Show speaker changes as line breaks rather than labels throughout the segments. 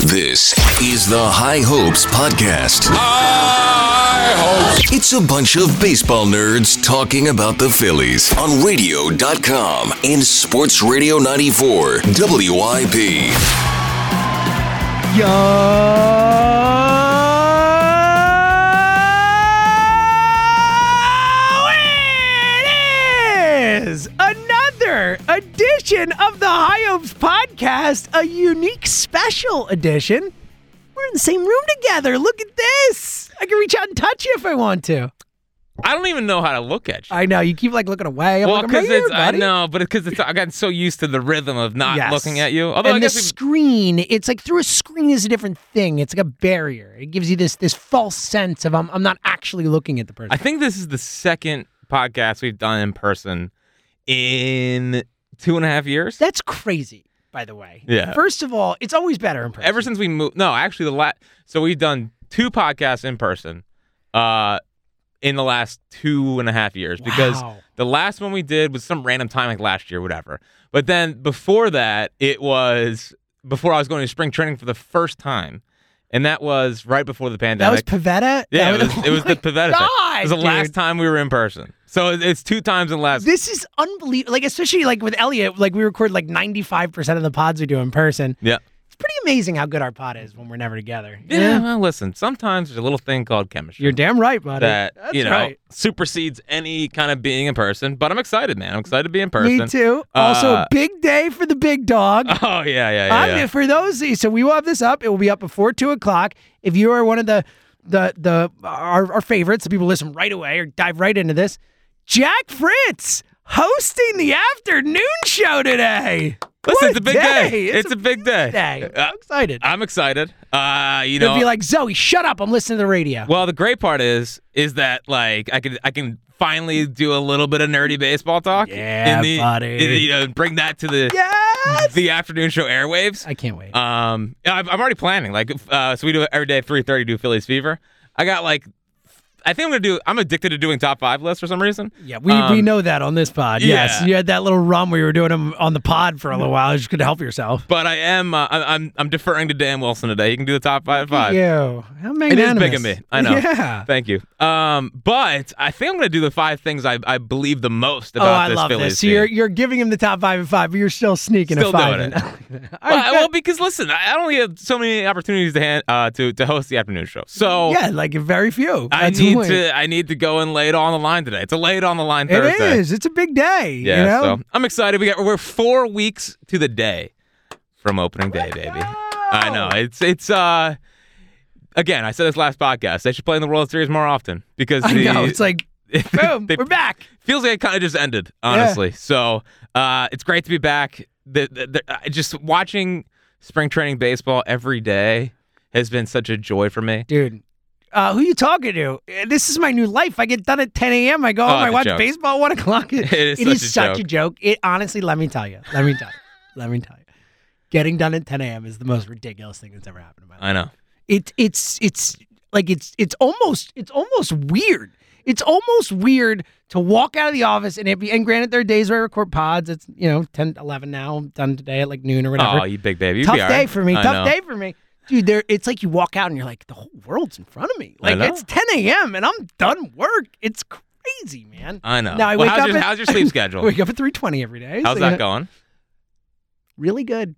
This is the High Hopes Podcast.
High hopes.
It's a bunch of baseball nerds talking about the Phillies on radio.com and Sports Radio 94 WIP.
Yo, it is another edition of the High Hopes podcast, a unique special edition. We're in the same room together. Look at this. I can reach out and touch you if I want to.
I don't even know how to look at you.
I know you keep like looking away. I'm
well,
like, I'm right
because
here,
it's I
buddy.
know, but because it's I gotten so used to the rhythm of not
Yes.
looking at you. Although
and
I
the
guess we-
screen, it's like through a screen is a different thing. It's like a barrier. It gives you this this false sense of I'm, I'm not actually looking at the person.
I think this is the second podcast we've done in person in two and a half years.
That's crazy, by the way.
Yeah.
First of all, it's always better in person.
Ever since we moved, no, actually the last. So we've done two podcasts in person, uh, in the last two and a half years because
Wow.
the last one we did was some random time like last year, whatever. But then before that, it was before I was going to spring training for the first time, and that was right before the
That was
pandemic.
Pavetta.
yeah,
That
it was, it was
oh
the Pavetta.
my
thing. It was the
God,
last
dude.
time we were in person, so it- it's two times in the last.
This is unbelievable. Like especially like with Elliot, like we record like ninety five percent of the pods we do in person.
yeah.
It's pretty amazing how good our pod is when we're never together.
yeah, Well, listen, sometimes there's a little thing called chemistry.
you're damn right, buddy.
that
That's
you know
right.
supersedes any kind of being in person. But I'm excited, man. I'm excited to be in person.
Me too. also,
Uh,
big day for the big dog.
Oh yeah, yeah, yeah.
I'm-
yeah.
for those, so we will have this up. It will be up before two o'clock. If you are one of the the the our, our favorites, the people who listen right away or dive right into this. Jack Fritz hosting the afternoon show today.
listen,
What
it's a big day. It's, a, big day.
day.
Uh,
I'm excited.
I'm excited. Uh, you
It'll
know,
be like Zoe, shut up! I'm listening to the radio.
well, the great part is, is that like I can, I can finally do a little bit of nerdy baseball talk.
Yeah,
in the,
buddy.
in the- you know, bring that to the
yes,
the afternoon show airwaves.
I can't wait.
Um, I'm I'm already planning. Like, uh, so we do it every day at 3:30. Do Phillies Fever. I got like, I think I'm gonna do. I'm addicted to doing top five lists for some reason.
yeah, we, we
um,
know that on this pod. Yes,
yeah.
you had that little rum where you were doing them on the pod for a little while. You just couldn't help yourself.
But I am. Uh, I- I'm I'm deferring to Dan Wilson today. He can do the top five at five.
You, how
It is
magnanimous.
big of me. I know.
Yeah.
Thank you. Um, but I think I'm gonna do the five things I, I believe the most
Oh,
about
I
this
love
Phillies
this. So
team.
you're you're giving him the top five and five, but you're still sneaking a
Still
five.
doing
in. All
well,
right,
I-
good.
well, because listen, I I only have so many opportunities to hand, uh, to to host the afternoon show. So
yeah, like very few.
oh. I
That's
need
the point.
to I need to go and lay it all on the line today. It's a lay it on the line
It
Thursday.
is. It's a big day.
Yeah.
You know?
So I'm excited. We got we're four weeks to the day from opening day, baby. I know. It's it's uh. Again, I said this last podcast. They should play in the World Series more often because
I
the,
know. It's like boom,
they-
we're back.
feels like it kind of just ended, honestly. So uh, it's great to be back. The, the, the, uh, just watching spring training baseball every day has been such a joy for me.
Dude. Uh, who you talking to? Uh, This is my new life. I get done at 10 a.m. I go home.
Oh,
I
it's a
watch
joke.
baseball at one o'clock. It
is
it
such
is
a
such
joke.
a joke. It honestly, let me tell you. Let me tell you. let me tell you. Getting done at 10 a.m. is the most ridiculous thing that's ever happened in my life.
I know.
It it's it's like it's it's almost it's almost weird. It's almost weird to walk out of the office and it be and granted there are days where I record pods. It's you know 10, 11 now. I'm done today at like noon or whatever.
Oh, you big baby. You'd
Tough
be all
day
right.
for me.
I
Tough
know.
day for me. Dude, there it's like you walk out and you're like, the whole world's in front of me.
I
Like
know.
it's 10 a.m. and I'm done work. It's crazy, man.
I know.
Now I
well,
wake
how's,
up
your,
at-
how's your sleep
I
schedule?
wake up at 3:20 every day. so,
how's
you
that
know,
going?
Really good.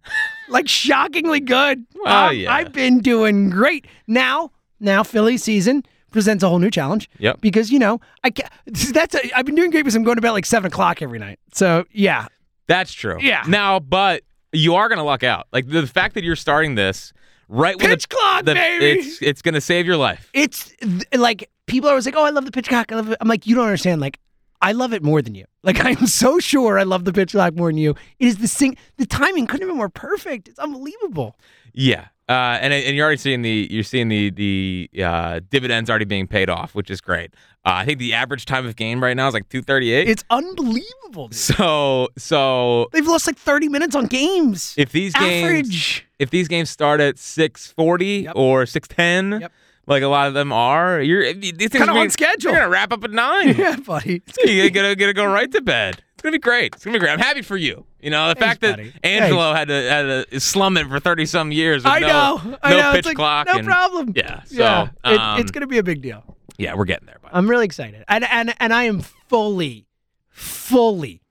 like shockingly good.
Well, Oh, yeah.
I've been doing great. Now, now Philly season presents a whole new challenge.
Yep.
Because you know I can't, that's a, I've been doing great because I'm going to bed at, like seven o'clock every night. So yeah,
That's true.
Yeah.
Now, but you are gonna luck out. Like the, the fact that you're starting this right when
Pitch
the,
clock,
the-
baby!
It's, it's gonna save your life.
it's th- like people are always like, "Oh, I love the pitch clock. I love it." I'm like, "You don't understand. Like, I love it more than you. Like, I'm so sure I love the pitch clock more than you. It is the sing. The timing couldn't have been more perfect. It's unbelievable.
Yeah. Uh, and and you're already seeing the you're seeing the the uh, dividends already being paid off, which is great. Uh, I think the average time of game right now is like 238.
It's unbelievable. Dude.
so so
They've lost like 30 minutes on games.
if these games
Average.
if these games start at 640
Yep.
or 610,
Yep.
like a lot of them are, you're eh, these things
Kinda
are
on
being-
schedule.
You're gonna wrap up at nine.
Yeah, buddy. It's
You're gonna, gonna go right to bed. It's gonna be great. It's gonna be great. I'm happy for you. You know the fact that
buddy.
Angelo had to had to slum it for 30 some years. With
I
no,
know. I
no
know.
pitch
it's like,
clock.
No
and-
problem.
Yeah, so,
yeah. It-
um,
it's going to be a big deal.
Yeah, we're getting there. Buddy.
I'm really excited, and and and I am fully, fully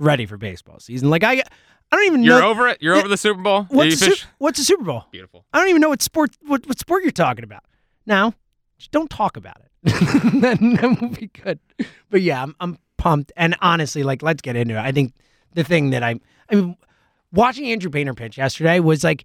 ready for baseball season. Like I, I don't even
You're
know
over it. You're
Yeah.
over the Super Bowl. Did
what's
you
a
fish?
Su- what's a Super Bowl.
Beautiful.
I don't even know what sport what, what sport you're talking about. Now, just don't talk about it. then, then we'll be good. But yeah, I'm I'm pumped, and honestly, like let's get into it. I think the thing that I'm I mean, watching Andrew Painter pitch yesterday was like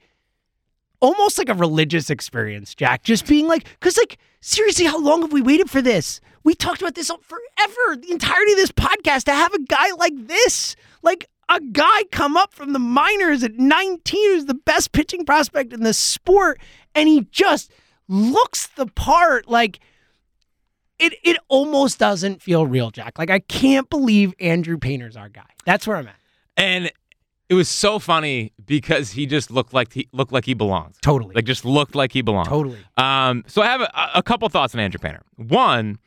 almost like a religious experience, Jack. Just being like, because like seriously, how long have we waited for this? We talked about this forever, the entirety of this podcast to have a guy like this, like a guy come up from the minors at 19, who's the best pitching prospect in the sport, and he just looks the part. Like it, it almost doesn't feel real, Jack. Like I can't believe Andrew Painter's our guy. That's where I'm at.
And it was so funny because he just looked like he looked like he belonged.
Totally,
Like just looked like he belonged.
totally.
Um, so I have a, a couple thoughts on Andrew Painter. One,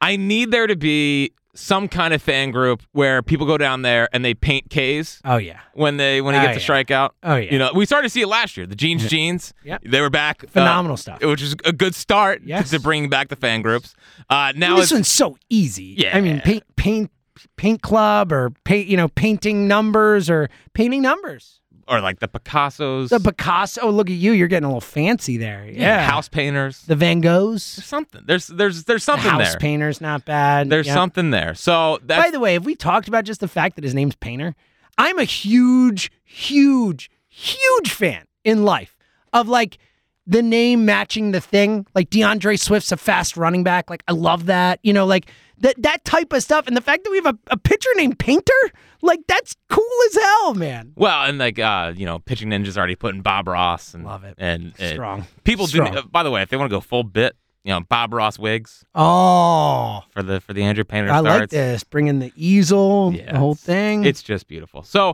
I need there to be some kind of fan group where people go down there and they paint K's
Oh yeah,
when they when he
Oh,
gets
yeah.
a strikeout.
Oh, yeah.
You know, we started to see it last year. The jeans, jeans.
Yep.
They were back. uh,
phenomenal stuff.
which is a good start
Yes.
to bringing back the fan groups. Uh, now
this
it's,
one's so easy. I mean,
Yeah.
paint, paint, paint club, or paint, you know, painting numbers, or painting numbers.
or like the Picassos,
The Picasso. Oh, look at you. You're getting a little fancy there. Yeah.
house painters,
The Van Goghs.
something. There's there's there's
The
something
house
there.
painter's not bad.
There's
Yeah.
something there. So
By
that's
the way, have we talked about just the fact that his name's Painter? I'm a huge, huge, huge fan in life of like the name matching the thing. Like DeAndre Swift's a fast running back. Like I love that. You know, like that that type of stuff. And the fact that we have a, a pitcher named Painter, like that's cool as hell, man.
well, and like uh, you know, pitching ninjas already putting Bob Ross and
Love it.
and and
Strong.
people
Strong.
do. uh, By the way, if they want to go full bit, you know, Bob Ross wigs
Oh,
for the for the Andrew Painter
I like
starts.
this. Bringing the easel,
Yeah,
the whole
it's-
thing.
It's just beautiful. So,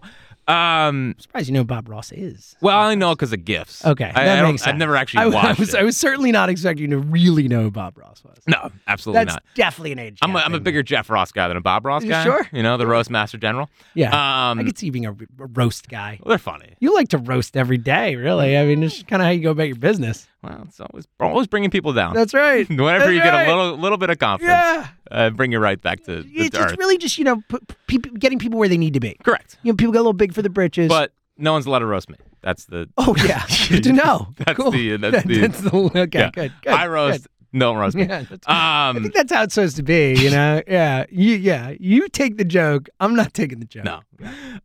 um,
I'm surprised you know who Bob Ross is.
well, I only know because of gifts.
Okay,
I,
that
I don't-
makes sense.
I've never actually
I,
watched
I was,
it.
I was certainly not expecting to really know who Bob Ross was.
no, absolutely
That's
not.
definitely an age.
I'm a,
gap
I'm a
thing.
bigger Jeff Ross guy than a Bob Ross
You
guy.
sure?
You know, the roast master general.
Yeah,
Um,
I could see you being a, r- a roast guy.
well, they're funny.
You like to roast every day, really. I mean, it's kind of how you go about your business.
Well, it's always always bringing people down.
That's right.
Whenever
That's
you get
right.
a little little bit of confidence,
Yeah,
uh, bring you right back to the
it's,
earth.
it's really just you know p- p- people, getting people where they need to be.
Correct.
You know, people get a little big for the britches.
But no one's allowed to roast me. That's the.
oh yeah, good to know.
That's
cool.
the- that's the-
okay.
yeah.
Good, good.
I roast. No one roast
good.
me.
Yeah, that's- I
Um,
think that's how it's supposed to be. You know. yeah. You yeah. You take the joke. I'm not taking the joke.
no.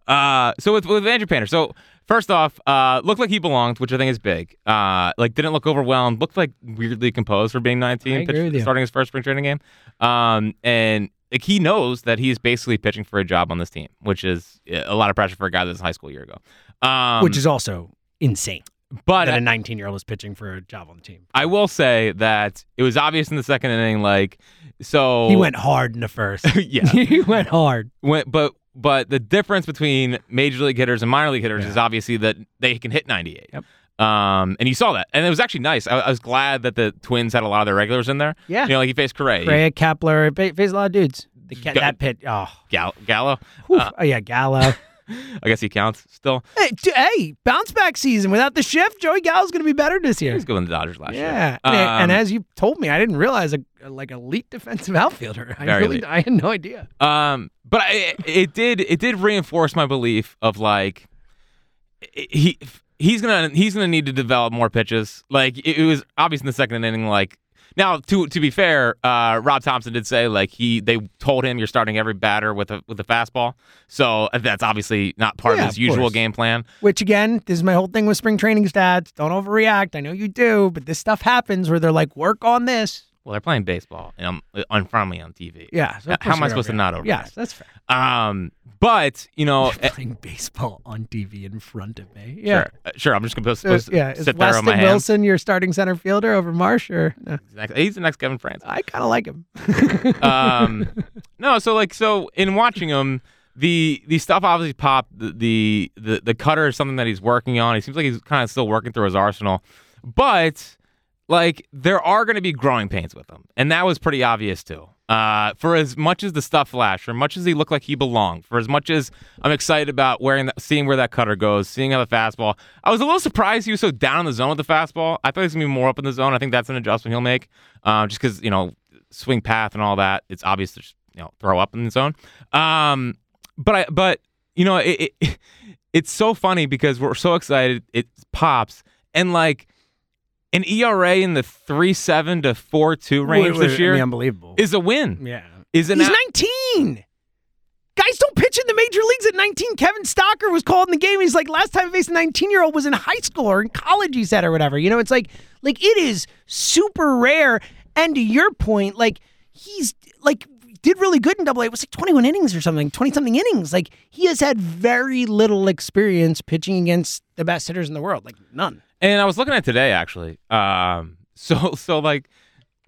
Uh, so with with Andrew Painter. So first off, uh, looked like he belonged, which I think is big. Uh, like didn't look overwhelmed. Looked like weirdly composed for being 19,
I agree
pitch-
with you.
starting his first spring training game. Um, and like he knows that he's basically pitching for a job on this team, which is uh, a lot of pressure for a guy that's in high school a year ago. Um,
Which is also insane.
but
that a 19 year old is pitching for a job on the team.
I will say that it was obvious in the second inning, like so
He went hard in the first.
yeah.
he went hard.
Went, but but the difference between major league hitters and minor league hitters
Yeah.
is obviously that they can hit 98.
Yep.
Um, and you saw that, and it was actually nice. I, I was glad that the Twins had a lot of their regulars in there.
Yeah.
You know, like he faced Correa,
Correa, Kepler, fa- faced a lot of dudes. The ca-
Go- Uh.
that pit. Oh,
Gal- Gallo.
whew. oh yeah, Gallo.
I guess he counts still.
hey, d- hey, bounce back season without the shift. Joey Gallo's going to be better this
He
year.
was good with the Dodgers last year.
Yeah, and, I- and
Um,
as you told me, I didn't realize a like elite defensive outfielder. I
Very
really,
elite.
I had no idea.
Um, but I, it did it did reinforce my belief of like he he's gonna he's gonna need to develop more pitches. Like it, it was obvious in the second inning. Like now to to be fair, uh, Rob Thompson did say like he they told him you're starting every batter with a with a fastball. So uh, that's obviously not part
Yeah,
of his
of
usual
course.
game plan.
Which again, this is my whole thing with spring training stats. Don't overreact. I know you do, but this stuff happens where they're like, work on this.
Well, they're playing baseball and I'm in front of me on TV.
Yeah. so of
Uh, How
course
am I
you're
supposed to
overreacting.
not overreact?
Yes, that's fair.
Um, but you know. eh,
playing baseball on TV in front of me. Yeah.
Sure, uh, sure. I'm just gonna
So,
supposed to
yeah, is
sit there on
Weston
my hands.
Wilson your starting center fielder over Marsh? Or no,
Next- He's the next Kevin France.
I kind of like him.
um, no, so like so in watching him, the the stuff obviously popped. The, the the the cutter is something that he's working on. He seems like he's kind of still working through his arsenal, but like there are going to be growing pains with him, and that was pretty obvious too. Uh, for as much as the stuff flashed, for as much as he looked like he belonged, for as much as I'm excited about wearing that, seeing where that cutter goes, seeing how the fastball. I was a little surprised he was so down in the zone with the fastball. I thought he was gonna be more up in the zone. I think that's an adjustment he'll make, uh, just because you know swing path and all that. It's obvious to just, you know throw up in the zone. Um, but I but you know it, it it's so funny because we're so excited. It pops and like an ERA in the three seven to four two range
Would- would-
this
I
year
mean, unbelievable.
is a win.
yeah.
Is an
He's
a-
19. Guys don't pitch in the major leagues at 19. Kevin Stocker was called in the game. He's like, last time I faced a 19 year old was in high school or in college, he said, or whatever. You know, it's like, like it is super rare. And to your point, like he's like did really good in Double A. It was like 21 innings or something, 20 something innings. Like he has had very little experience pitching against the best hitters in the world, like none.
And I was looking at today actually. Um, so so like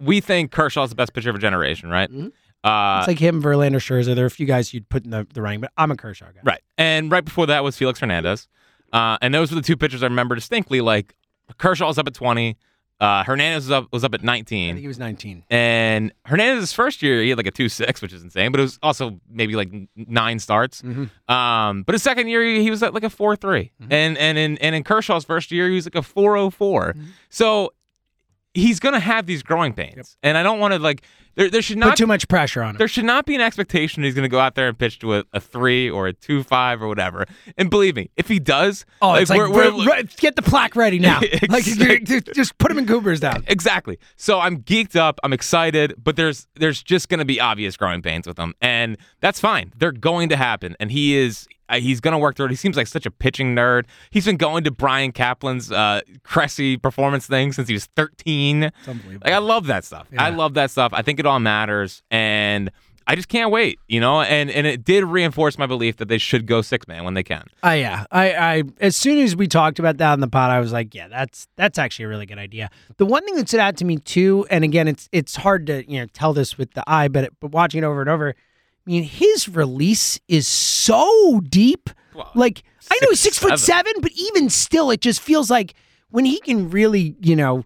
we think Kershaw's the best pitcher of a generation, right?
Mm-hmm.
Uh,
It's like him, Verlander, Scherzer. There are a few guys you'd put in the, the running, but I'm a Kershaw guy.
right. And right before that was Felix Hernandez. Uh, and those were the two pitchers I remember distinctly. Like Kershaw's up at twenty. Uh, Hernandez was up was up at
I
nineteen.
think he was 19.
And Hernandez's first year, he had like a two six, which is insane, but it was also maybe like n- nine starts. Um, but his second year, he he was at like a four and and in and in Kershaw's first year, he was like a four So he's gonna have these growing pains, and I don't want to like there there should
Put
not
too much pressure on him.
there should not be an expectation he's gonna go out there and pitch to a, a three or a two five or whatever. And believe me, if he does,
Oh, it's like,
we're- we're-
re- re- get the plaque ready now. like
Exactly.
you're- just- just put him in Goobers down.
Exactly. So I'm geeked up. I'm excited, but there's there's just going to be obvious growing pains with him, and that's fine. They're going to happen, and he is uh, he's going to work through it. He seems like such a pitching nerd. He's been going to Brian Kaplan's uh, Cressy performance thing since he was 13.
unbelievable.
Like I love that stuff. I love that stuff. I think it all matters, and I just can't wait. You know, and and it did reinforce my belief that they should go six man when they can.
Oh yeah. I, I as soon as we talked about that in the pod, I was like, yeah, that's that's actually a really good idea. The one thing that stood out to me too, and again, it's it's hard to you know tell this with the eye, but but watching it over and over, I mean, his release is so deep. like I know he's six foot seven, but even still, it just feels like when he can really, you know,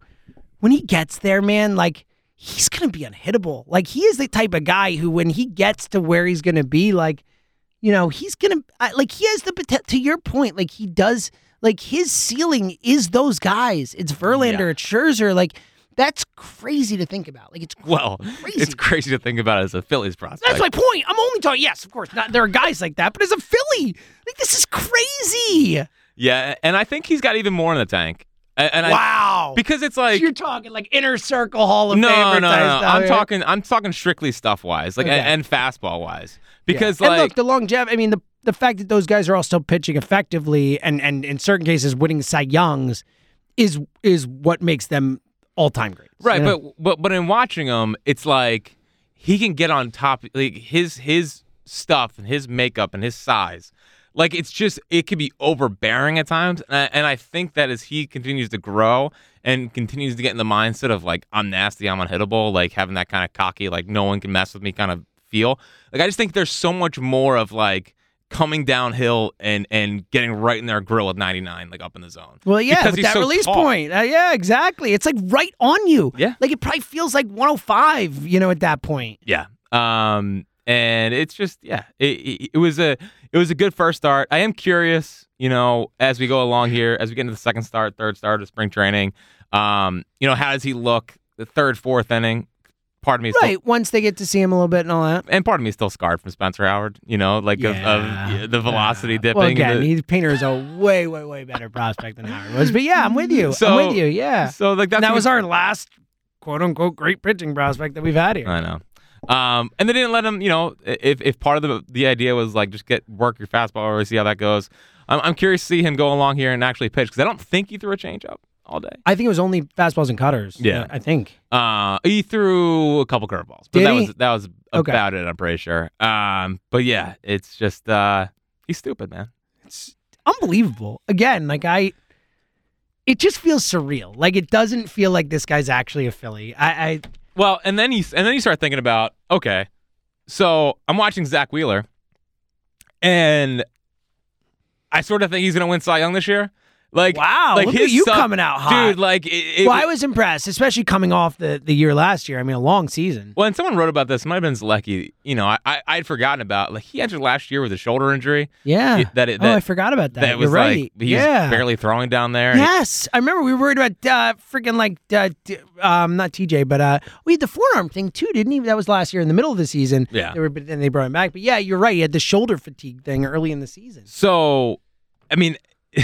when he gets there, man, like he's gonna be unhittable. Like he is the type of guy who, when he gets to where he's gonna be, like you know, he's gonna I, like he has the potential. To your point, like he does, like his ceiling is those guys. It's Verlander, it's Scherzer, like. That's crazy to think about. Like it's
Well,
Crazy.
it's crazy to think about as a Phillies prospect.
that's my point. I'm only talking. Yes, of course. Not, there are guys like that, but as a Philly, like this is crazy.
yeah, and I think he's got even more in the tank. A- And I,
wow.
because it's like
you're talking like inner circle Hall of
no,
Fame. type
no, no.
stuff,
I'm
yeah.
talking. I'm talking strictly stuff wise, like
Okay.
and, and fastball wise,
Yeah.
because
And
like
look, the longevity. I mean, the the fact that those guys are all still pitching effectively and and in certain cases winning Cy Youngs is is what makes them all time great.
right, but but but in watching him, it's like he can get on top. Like his his stuff and his makeup and his size, like it's just it could be overbearing at times. And I, and I think that as he continues to grow and continues to get in the mindset of like I'm nasty, I'm unhittable, like having that kind of cocky, like no one can mess with me kind of feel. Like I just think there's so much more of like coming downhill and and getting right in their grill at 99 like up in the zone
Well, yeah,
Because
with
he's
that
so
release
tall.
point. Uh, yeah, exactly. It's like right on you.
Yeah.
Like it probably feels like 105, you know, at that point.
Yeah. Um, and it's just yeah, it, it, it was a it was a good first start. I am curious, you know, as we go along here, as we get into the second start, third start of spring training, um, you know, how does he look the third, fourth inning? Part of me is still,
Right. Once they get to see him a little bit and all that.
and part of me is still scarred from Spencer Howard, you know, like of- of,
Yeah.
the velocity dipping.
Uh, Well, again,
the-
he, Painter is a way, way, way better prospect than Howard was. But yeah, I'm with you. I'm
So-
with you. Yeah.
so like that's
that
gonna-
was our last quote unquote great pitching prospect that we've had here.
I know. Um, and they didn't let him, you know, i- if if part of the the idea was like just get work your fastball over, see how that goes. I'm, I'm curious to see him go along here and actually pitch because I don't think he threw a changeup all day.
I think it was only fastballs and cutters.
Yeah.
I think.
Uh, he threw a couple curveballs, but
Did
that
he?
was that was
Okay.
about it. I'm pretty sure. Um, but yeah, it's just uh, he's stupid, man.
It's unbelievable. Again, like I it just feels surreal. Like it doesn't feel like this guy's actually a Philly. I, I
Well, and then you and then you start thinking about okay, so I'm watching Zach Wheeler, and I sort of think he's going to win Cy Young this year, Like
Wow,
like
look
his
at you
stuff-
coming out hot.
dude. Like it, it,
Well, I was impressed, especially coming off the, the year last year. I mean, a long season.
Well, and someone wrote about this. It might have been Zalecki. You know, I, I I'd forgotten about. Like he entered last year with a shoulder injury.
Yeah.
It- that it-
oh,
that-
I forgot about that.
That was
You're right.
like he's
yeah.
barely throwing down there.
Yes, I remember we were worried about uh, freaking like uh, d- um not TJ, but uh we had the forearm thing too, didn't he? That was last year in the middle of the season.
Yeah.
they were, but then they brought him back. But yeah, you're right. He had the shoulder fatigue thing early in the season.
So, I mean,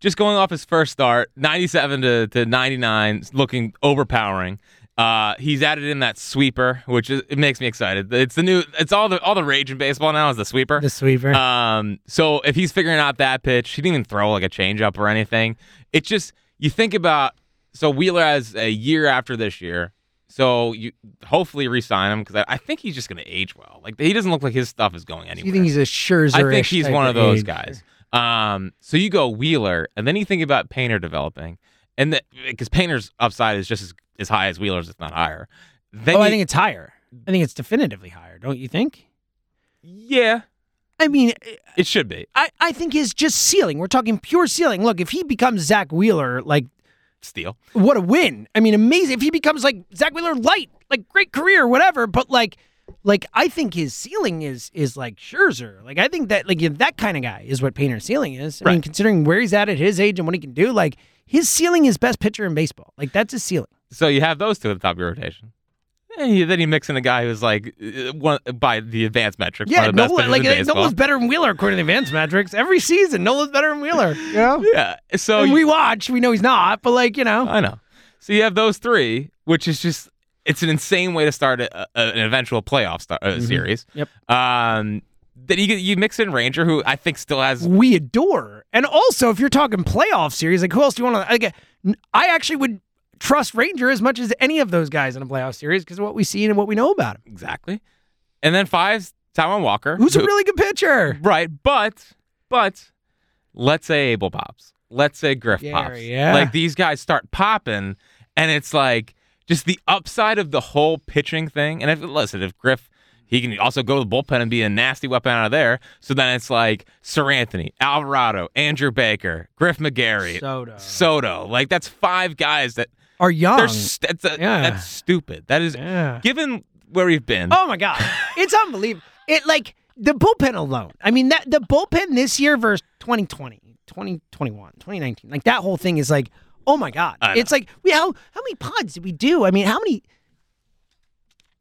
just going off his first start, 97 to, to 99, looking overpowering. Uh, he's added in that sweeper, which is, it makes me excited. It's the new, it's all the all the rage in baseball now is the sweeper.
The sweeper.
Um, so if he's figuring out that pitch, he didn't even throw like a changeup or anything. It's just you think about so Wheeler has a year after this year, so you hopefully re-sign him because I, I think he's just going to age well. Like he doesn't look like his stuff is going
Do
anywhere.
you think he's a Scherzer?
I think he's one of those guys. Um, so you go Wheeler, and then you think about Painter developing, and because Painter's upside is just as, as high as Wheeler's, if not higher. Then
Oh, I
you-
think it's higher. I think it's definitively higher. Don't you think?
yeah,
I mean,
it should be.
I I think his just ceiling. We're talking pure ceiling. Look, if he becomes Zach Wheeler, like
Steal.
what a win. I mean, amazing. If he becomes like Zach Wheeler light, like great career, whatever, but like like I think his ceiling is is like Scherzer. Like I think that like if that kind of guy is what Painter's ceiling is. I mean,
Right.
considering where he's at at his age and what he can do, like his ceiling is best pitcher in baseball. Like that's his ceiling.
So you have those two at the top of your rotation. And you, then you mix in a guy who's like uh, one by the advanced metric.
Yeah,
one of the best
Nola,
pitchers
like uh,
in baseball.
Nola's better than Wheeler according to the advanced metrics. Every season, Nola's better than Wheeler. You know?
yeah. So
And
you-
we watch, we know he's not, but like, you know.
I know. So you have those three, which is just it's an insane way to start a, a, an eventual playoff star, uh, series.
Mm-hmm. Yep.
Um, then you get- you mix in Ranger, who I think still has.
we adore. And also, if you're talking playoff series, like who else do you want to? Like, I actually would trust Ranger as much as any of those guys in a playoff series because of what we've seen and what we know about him.
Exactly. And then five's Taiwan Walker.
Who's a
who-
really good pitcher?
Right, but but let's say Abel pops. Let's say Griff
Yeah,
pops.
yeah.
Like these guys start popping, and it's like just the upside of the whole pitching thing. And if listen, if Griff he can also go to the bullpen and be a nasty weapon out of there. So then it's like Sir Anthony, Alvarado, Andrew Baker, Griff McGarry,
Soto.
Soto. Like that's five guys that
Are young.
they're s- that's, a,
Oh, Yeah.
that's stupid. That is
Yeah.
given where we've been.
Oh my god, it's unbelievable. It like the bullpen alone. I mean that the bullpen this year versus 2020, 2021, 2019. Like that whole thing is like, oh my god.
I know.
It's like we how how many pods did we do? I mean, how many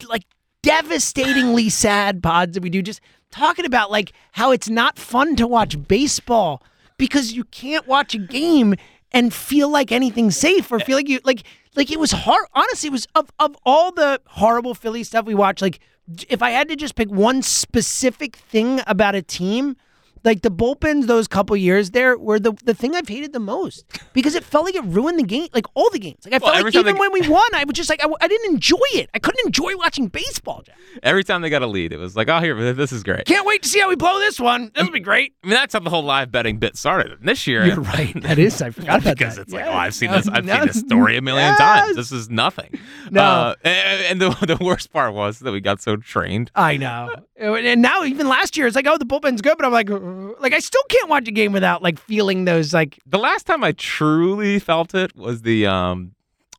like devastatingly sad pods did we do? Just talking about like how it's not fun to watch baseball because you can't watch a game and feel like anything's safe or feel like you like like it was hard honestly it was of of all the horrible Philly stuff we watched like j- if I had to just pick one specific thing about a team like the bullpens those couple years there were the the thing I've hated the most because it felt like it ruined the game like all the games like I
Well,
felt
every
like
time
even
they-
when we won I was just like I, w- I didn't enjoy it I couldn't enjoy watching baseball Jack.
Every time they got a lead, it was like, oh, here, this is great.
Can't wait to see how we blow this one. This will be great.
I mean, that's how the whole live betting bit started. And This year,
You're right. That is. I forgot about
because
that.
it's like,
Yeah.
oh, I've seen
No,
this. I've
no.
seen this story a million
Yes.
times. This is nothing.
No.
Uh, and and the, the worst part was that we got so trained.
I know. And now, even last year, it's like, oh, the bullpen's good, but I'm like, "Uh," like I still can't watch a game without like feeling those like.
The last time I truly felt it was the um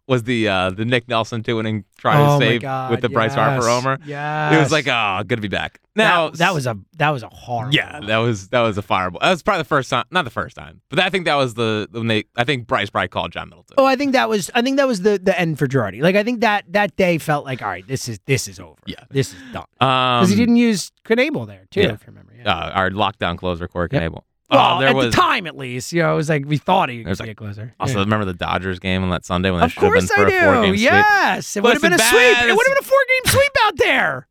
was the uh the Nick Nelson two inning try
oh
to
my
save
God,
with the Bryce Harper
yes,
homer.
Yes.
It was like, oh, good to be back. Now
that, that was a that was a horrible.
yeah, that was that was a fireball. That was probably the first time, not the first time, but I think that was the when they. I think Bryce probably called John Middleton.
Oh, I think that was I think that was the the end for Girardi. Like I think that that day felt like all right, this is this is over.
Yeah.
this is done.
Um,
Because he didn't use Knable there too,
yeah.
if you remember. Yeah.
uh, our lockdown closer Corey
Yep.
Knable.
well,
there
at
was
the time at least, you know, it was like we thought he was
There's like-
like, closer.
also
Yeah.
remember the Dodgers game on that Sunday when that
Of
should have been
course
for a four
I
game
do. Yes, it would have
Listen,
been a
bad-
sweep. It would have been a four-game sweep out there.
sweep.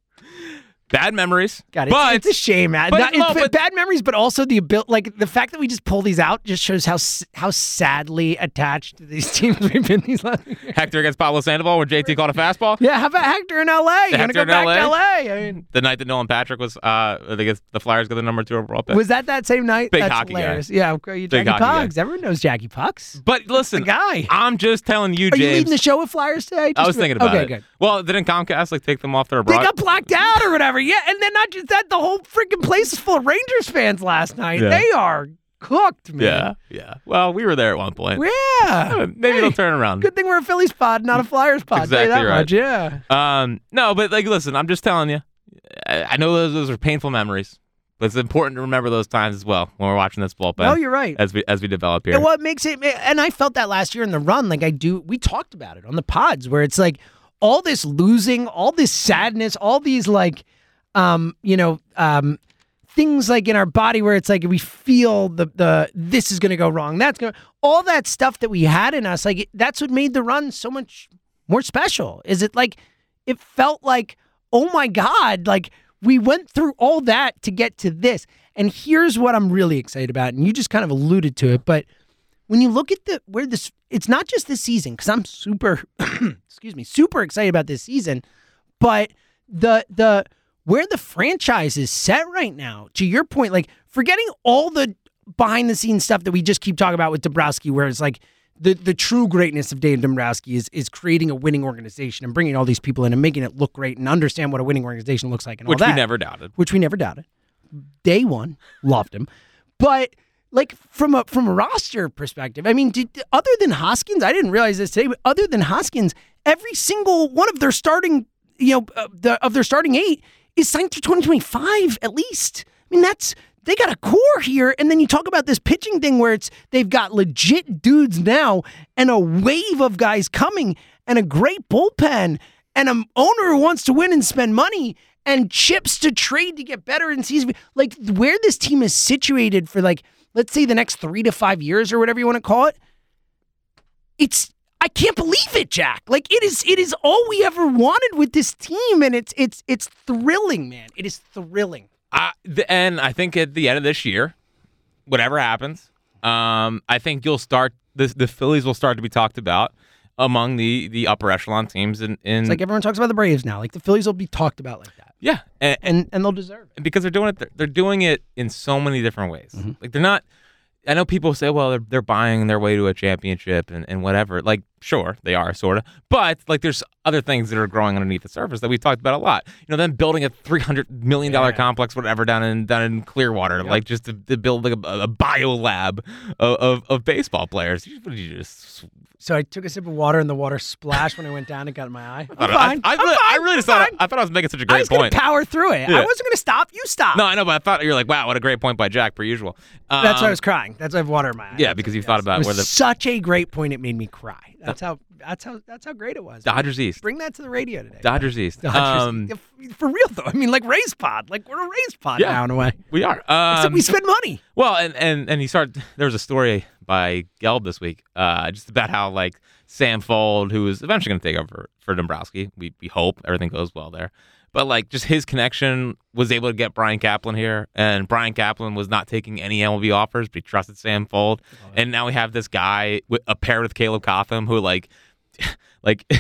Bad memories.
God, it's,
but
it's a shame, man.
but
That-
no,
it's b-
but-
bad memories, but also the abil- like the fact that we just pull these out just shows how s- how sadly attached to these teams we've been these last. few years.
Hector against Pablo Sandoval where JT caught a fastball.
Yeah, how about Hector in L.A.? You gonna
Hector
go
in
back
LA?
to L.A. I mean,
The night that Nolan Patrick was, uh, I think it's- the Flyers got the number two overall pick.
was that that same night?
Big
That's
hockey guy.
hilarious. Yeah, okay, you
Big
Jackie
hockey guy.
Pucks. Everyone knows Jackie Pucks.
but listen,
The guy.
I'm just telling you,
Are
James.
you leading the show with Flyers today?
I
Just
was
a-
thinking about
okay,
it.
Good.
Well, didn't Comcast like take them off their
They
broad?
got blocked out or whatever. Yeah, and then not just that, the whole freaking place is full of Rangers fans last night.
Yeah.
They are cooked, man.
Yeah, yeah. Well, we were there at one point.
Yeah.
Uh, Maybe it'll
Hey,
turn around.
Good thing we're a Phillies pod, not a Flyers pod. tell you
Exactly
that
right.
much, Yeah.
Um, no, but like, listen, I'm just telling you. I, I know those those are painful memories, but it's important to remember those times as well when we're watching this bullpen.
No, you're right.
As we as we develop here.
And what makes it, and I felt that last year in the run, like I do, we talked about it on the pods where it's like all this losing, all this sadness, all these like, um, you know, um, things like in our body where it's like we feel the the this is gonna go wrong, that's gonna all that stuff that we had in us, like it, that's what made the run so much more special. Is it like it felt like oh my god, like we went through all that to get to this. And here's what I'm really excited about, and you just kind of alluded to it, but when you look at the where this it's not just this season because i'm super excuse me super excited about this season but the the where the franchise is set right now to your point like forgetting all the behind the scenes stuff that we just keep talking about with Dabrowski where it's like the the true greatness of Dave Dombrowski is is creating a winning organization and bringing all these people in and making it look great and understand what a winning organization looks like and
which
all that
we never doubted.
which we never doubted. Day one, loved him, but like from a from a roster perspective, I mean, did, other than Hoskins, I didn't realize this today, but other than Hoskins, every single one of their starting, you know, uh, the, of their starting eight is signed through 2025 at least. I mean, that's they got a core here, and then you talk about this pitching thing where it's they've got legit dudes now and a wave of guys coming and a great bullpen and an owner who wants to win and spend money and chips to trade to get better in season. Like where this team is situated for like let's say the next three to five years or whatever you want to call it. It's I can't believe it, Jack. Like it is it is all we ever wanted with this team, and it's it's it's thrilling, man. It is thrilling.
I, th- and I think at the end of this year, whatever happens, um, I think you'll start the the Phillies will start to be talked about among the the upper echelon teams in, in
It's like everyone talks about the Braves now. Like the Phillies will be talked about like that.
yeah, and,
And and they'll deserve it.
because they're doing it they're doing it in so many different ways
Mm-hmm.
like they're not i know people say well they're, they're buying their way to a championship and, and whatever like sure they are sort of but like there's other things that are growing underneath the surface that we've talked about a lot you know them building a 300 million dollar complex whatever down in down in clearwater like just to, to build like a, a bio lab of, of, of baseball players you, what did you just
So I took a sip of water and the water splashed when I went down and got in my eye.
I,
I'm
don't know. I-
fine.
I,
I'm
really- I
fine.
really
I'm
just thought
fine.
I, I thought I was making such a
I
great
was
point
gonna power through it.
Yeah.
I wasn't gonna stop. You stop.
no i know but i thought you were like wow what a great point by jack per usual um,
That's why I was crying. That's why I have water in my eye.
yeah because you've thought
It
about
was
where the
such a great point. It made me cry. That's how. That's how. That's how great it was.
Dodgers East.
Bring that to the radio today.
Dodgers East.
Dodgers.
Um,
If- for real though. I mean, like Rays pod. Like we're a Rays pod
Yeah.
now in a way.
we are.
Except
Um,
we spend money.
well, and, and and you start. There was a story by Gelb this week, uh, just about how like Sam Fold, who is eventually going to take over for Dombrowski. We we hope everything goes well there. But like, just his connection was able to get Brian Kaplan here, and Brian Kaplan was not taking any MLB offers, but he trusted Sam Fold, and now we have this guy with a pair with Caleb Cotham, who like, like.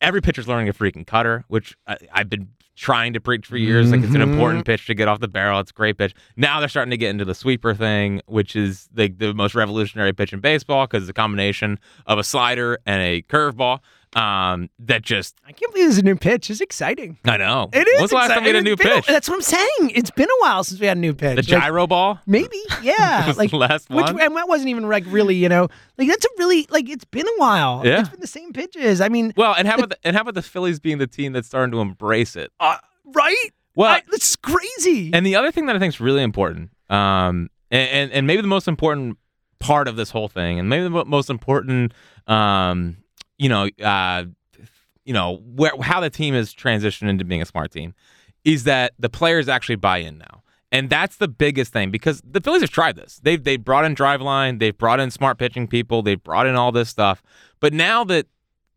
every pitcher's learning a freaking cutter, which I, I've been trying to preach for years. Like it's an important
Mm-hmm.
pitch to get off the barrel. It's a great pitch. Now they're starting to get into the sweeper thing, which is like the most revolutionary pitch in baseball because it's a combination of a slider and a curveball. Um, that just
I can't believe this is a new pitch. It's exciting.
I know.
It is.
When's the last time we
exciting.
had a new
It's been
pitch?
that's what I'm saying. It's been a while since we had a new pitch.
the
Like,
gyro ball.
Maybe, yeah.
Was
like
the last
which,
one?
and that wasn't even like really, you know, like that's a really like it's been a while.
Yeah.
it's been the same pitches. I mean,
Well, and how about the, and how about the Phillies being the team that's starting to embrace it?
uh, right?
Well,
I- this is crazy.
And the other thing that I think is really important, um, and, and and maybe the most important part of this whole thing, and maybe the mo- most important, um, you know, uh, you know, where how the team has transitioned into being a smart team, is that the players actually buy in now. And that's the biggest thing because the Phillies have tried this. They've they brought in driveline, they've brought in smart pitching people, they've brought in all this stuff. But now that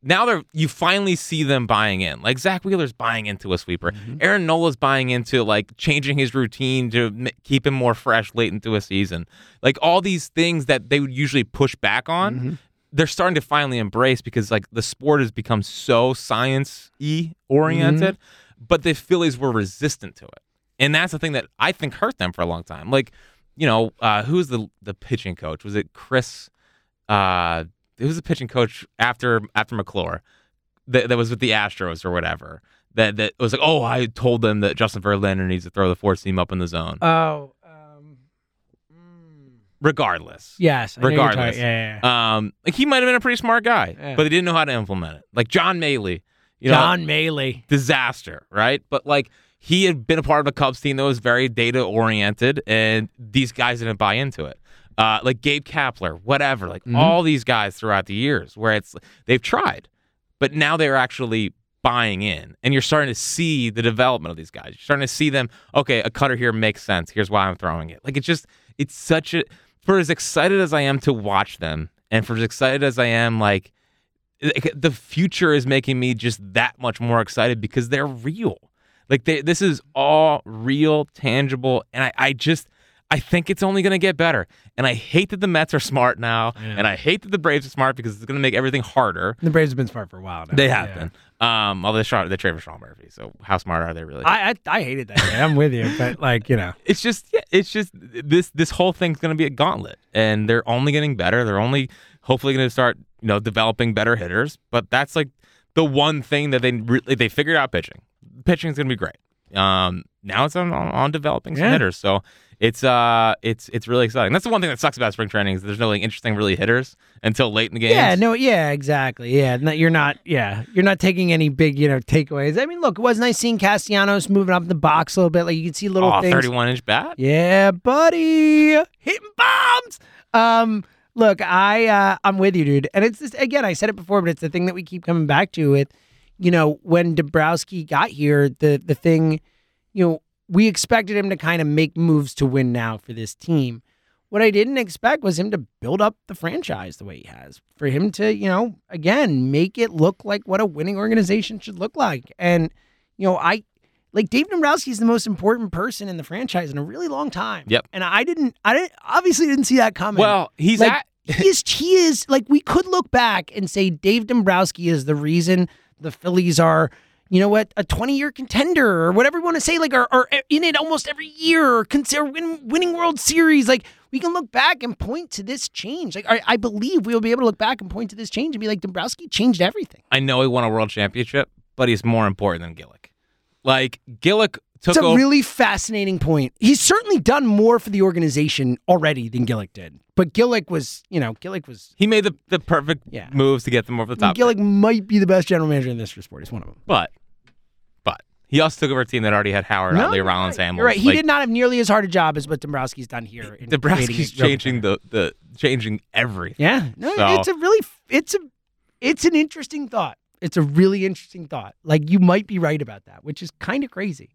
now they're you finally see them buying in. Like Zach Wheeler's buying into a sweeper. Aaron Nola's buying into like changing his routine to m- keep him more fresh late into a season. Like all these things that they would usually push back on, they're starting to finally embrace because like the sport has become so science e oriented. But the Phillies were resistant to it, and that's the thing that I think hurt them for a long time. Like, you know, uh, who's the the pitching coach? Was it Chris? uh who was the pitching coach after after McClure that, that was with the Astros or whatever that that was like oh I told them
Uh,
that Justin Verlander needs to throw the four seam up in the zone
oh, um,
regardless.
Yes. I know you're talking-
Regardless.
Yeah. yeah, yeah.
Um, like he might have been a pretty smart guy,
Yeah.
but they didn't know how to implement it. Like John Maley, you know,
John Maley.
disaster, right? But like he had been a part of a Cubs team that was very data oriented, and these guys didn't buy into it. Uh, like Gabe Kapler, whatever, like
Mm-hmm.
all these guys throughout the years, where it's they've tried, but now they're actually buying in, and you're starting to see the development of these guys. You're starting to see them. Okay, a cutter here makes sense. Here's why I'm throwing it. Like it's just, it's such a. For as excited as I am to watch them, and for as excited as I am, like like, the future is making me just that much more excited because they're real. Like they, this is all real, tangible, and I, I just I think it's only going to get better. And I hate that the Mets are smart now, and I hate that the Braves are smart because it's going to make everything harder.
The Braves have been smart for a while now.
They have
Yeah.
been. Um, although they, tra- they traded for Sean Murphy, so how smart are they really?
I, I I hated that. man. I'm with you, but like you know,
it's just yeah, it's just this this whole thing's going to be a gauntlet, and they're only getting better. They're only hopefully going to start you know developing better hitters. But that's like the one thing that they really they figured out pitching. Pitching is going to be great. Um, now it's on, on, on developing some
Yeah.
hitters, so it's uh it's it's really exciting. That's the one thing that sucks about spring training is there's no like interesting really hitters until late in the game.
yeah, no, yeah, exactly, yeah. No, you're not, yeah, you're not taking any big, you know, takeaways. I mean, look, it was nice seeing Castellanos moving up the box a little bit. Like you can see little
oh,
things.
31 inch bat.
Yeah, buddy, hitting bombs. Um, look, I uh, I'm with you, dude. And it's just, again, I said it before, but it's the thing that we keep coming back to. With you know, when Dabrowski got here, the the thing, you know, we expected him to kind of make moves to win now for this team. What I didn't expect was him to build up the franchise the way he has. For him to, you know, again, make it look like what a winning organization should look like. And, you know, I like Dave Dombrowski is the most important person in the franchise in a really long time.
Yep.
And I didn't, I didn't, obviously didn't see that coming.
Well, he's
like,
at
he is, he is, like, we could look back and say Dave Dombrowski is the reason the Phillies are, you know what, a 20 year contender or whatever you want to say, like, are, are in it almost every year, or consider win, winning World Series. Like, we can look back and point to this change. Like, I, I believe we'll be able to look back and point to this change and be like, Dombrowski changed everything.
I know he won a world championship, but he's more important than Gillick. Like Gillick took
It's a
over.
really fascinating point. He's certainly done more for the organization already than Gillick did. But Gillick was, you know, Gillick was.
He made the, the perfect
Yeah.
moves to get them over the top.
Gillick might be the best general manager in this sport. He's one of them.
But but he also took over a team that already had Howard, Utley,
you're
Rollins,
right.
Hamels.
You're right. He
like,
did not have nearly as hard a job as what Dombrowski's done here. in creating
Nebraska's
his real-
changing the, the changing everything.
Yeah. No,
So-
it's a really, it's a, it's an interesting thought. It's a really interesting thought. Like you might be right about that, which is kind of crazy.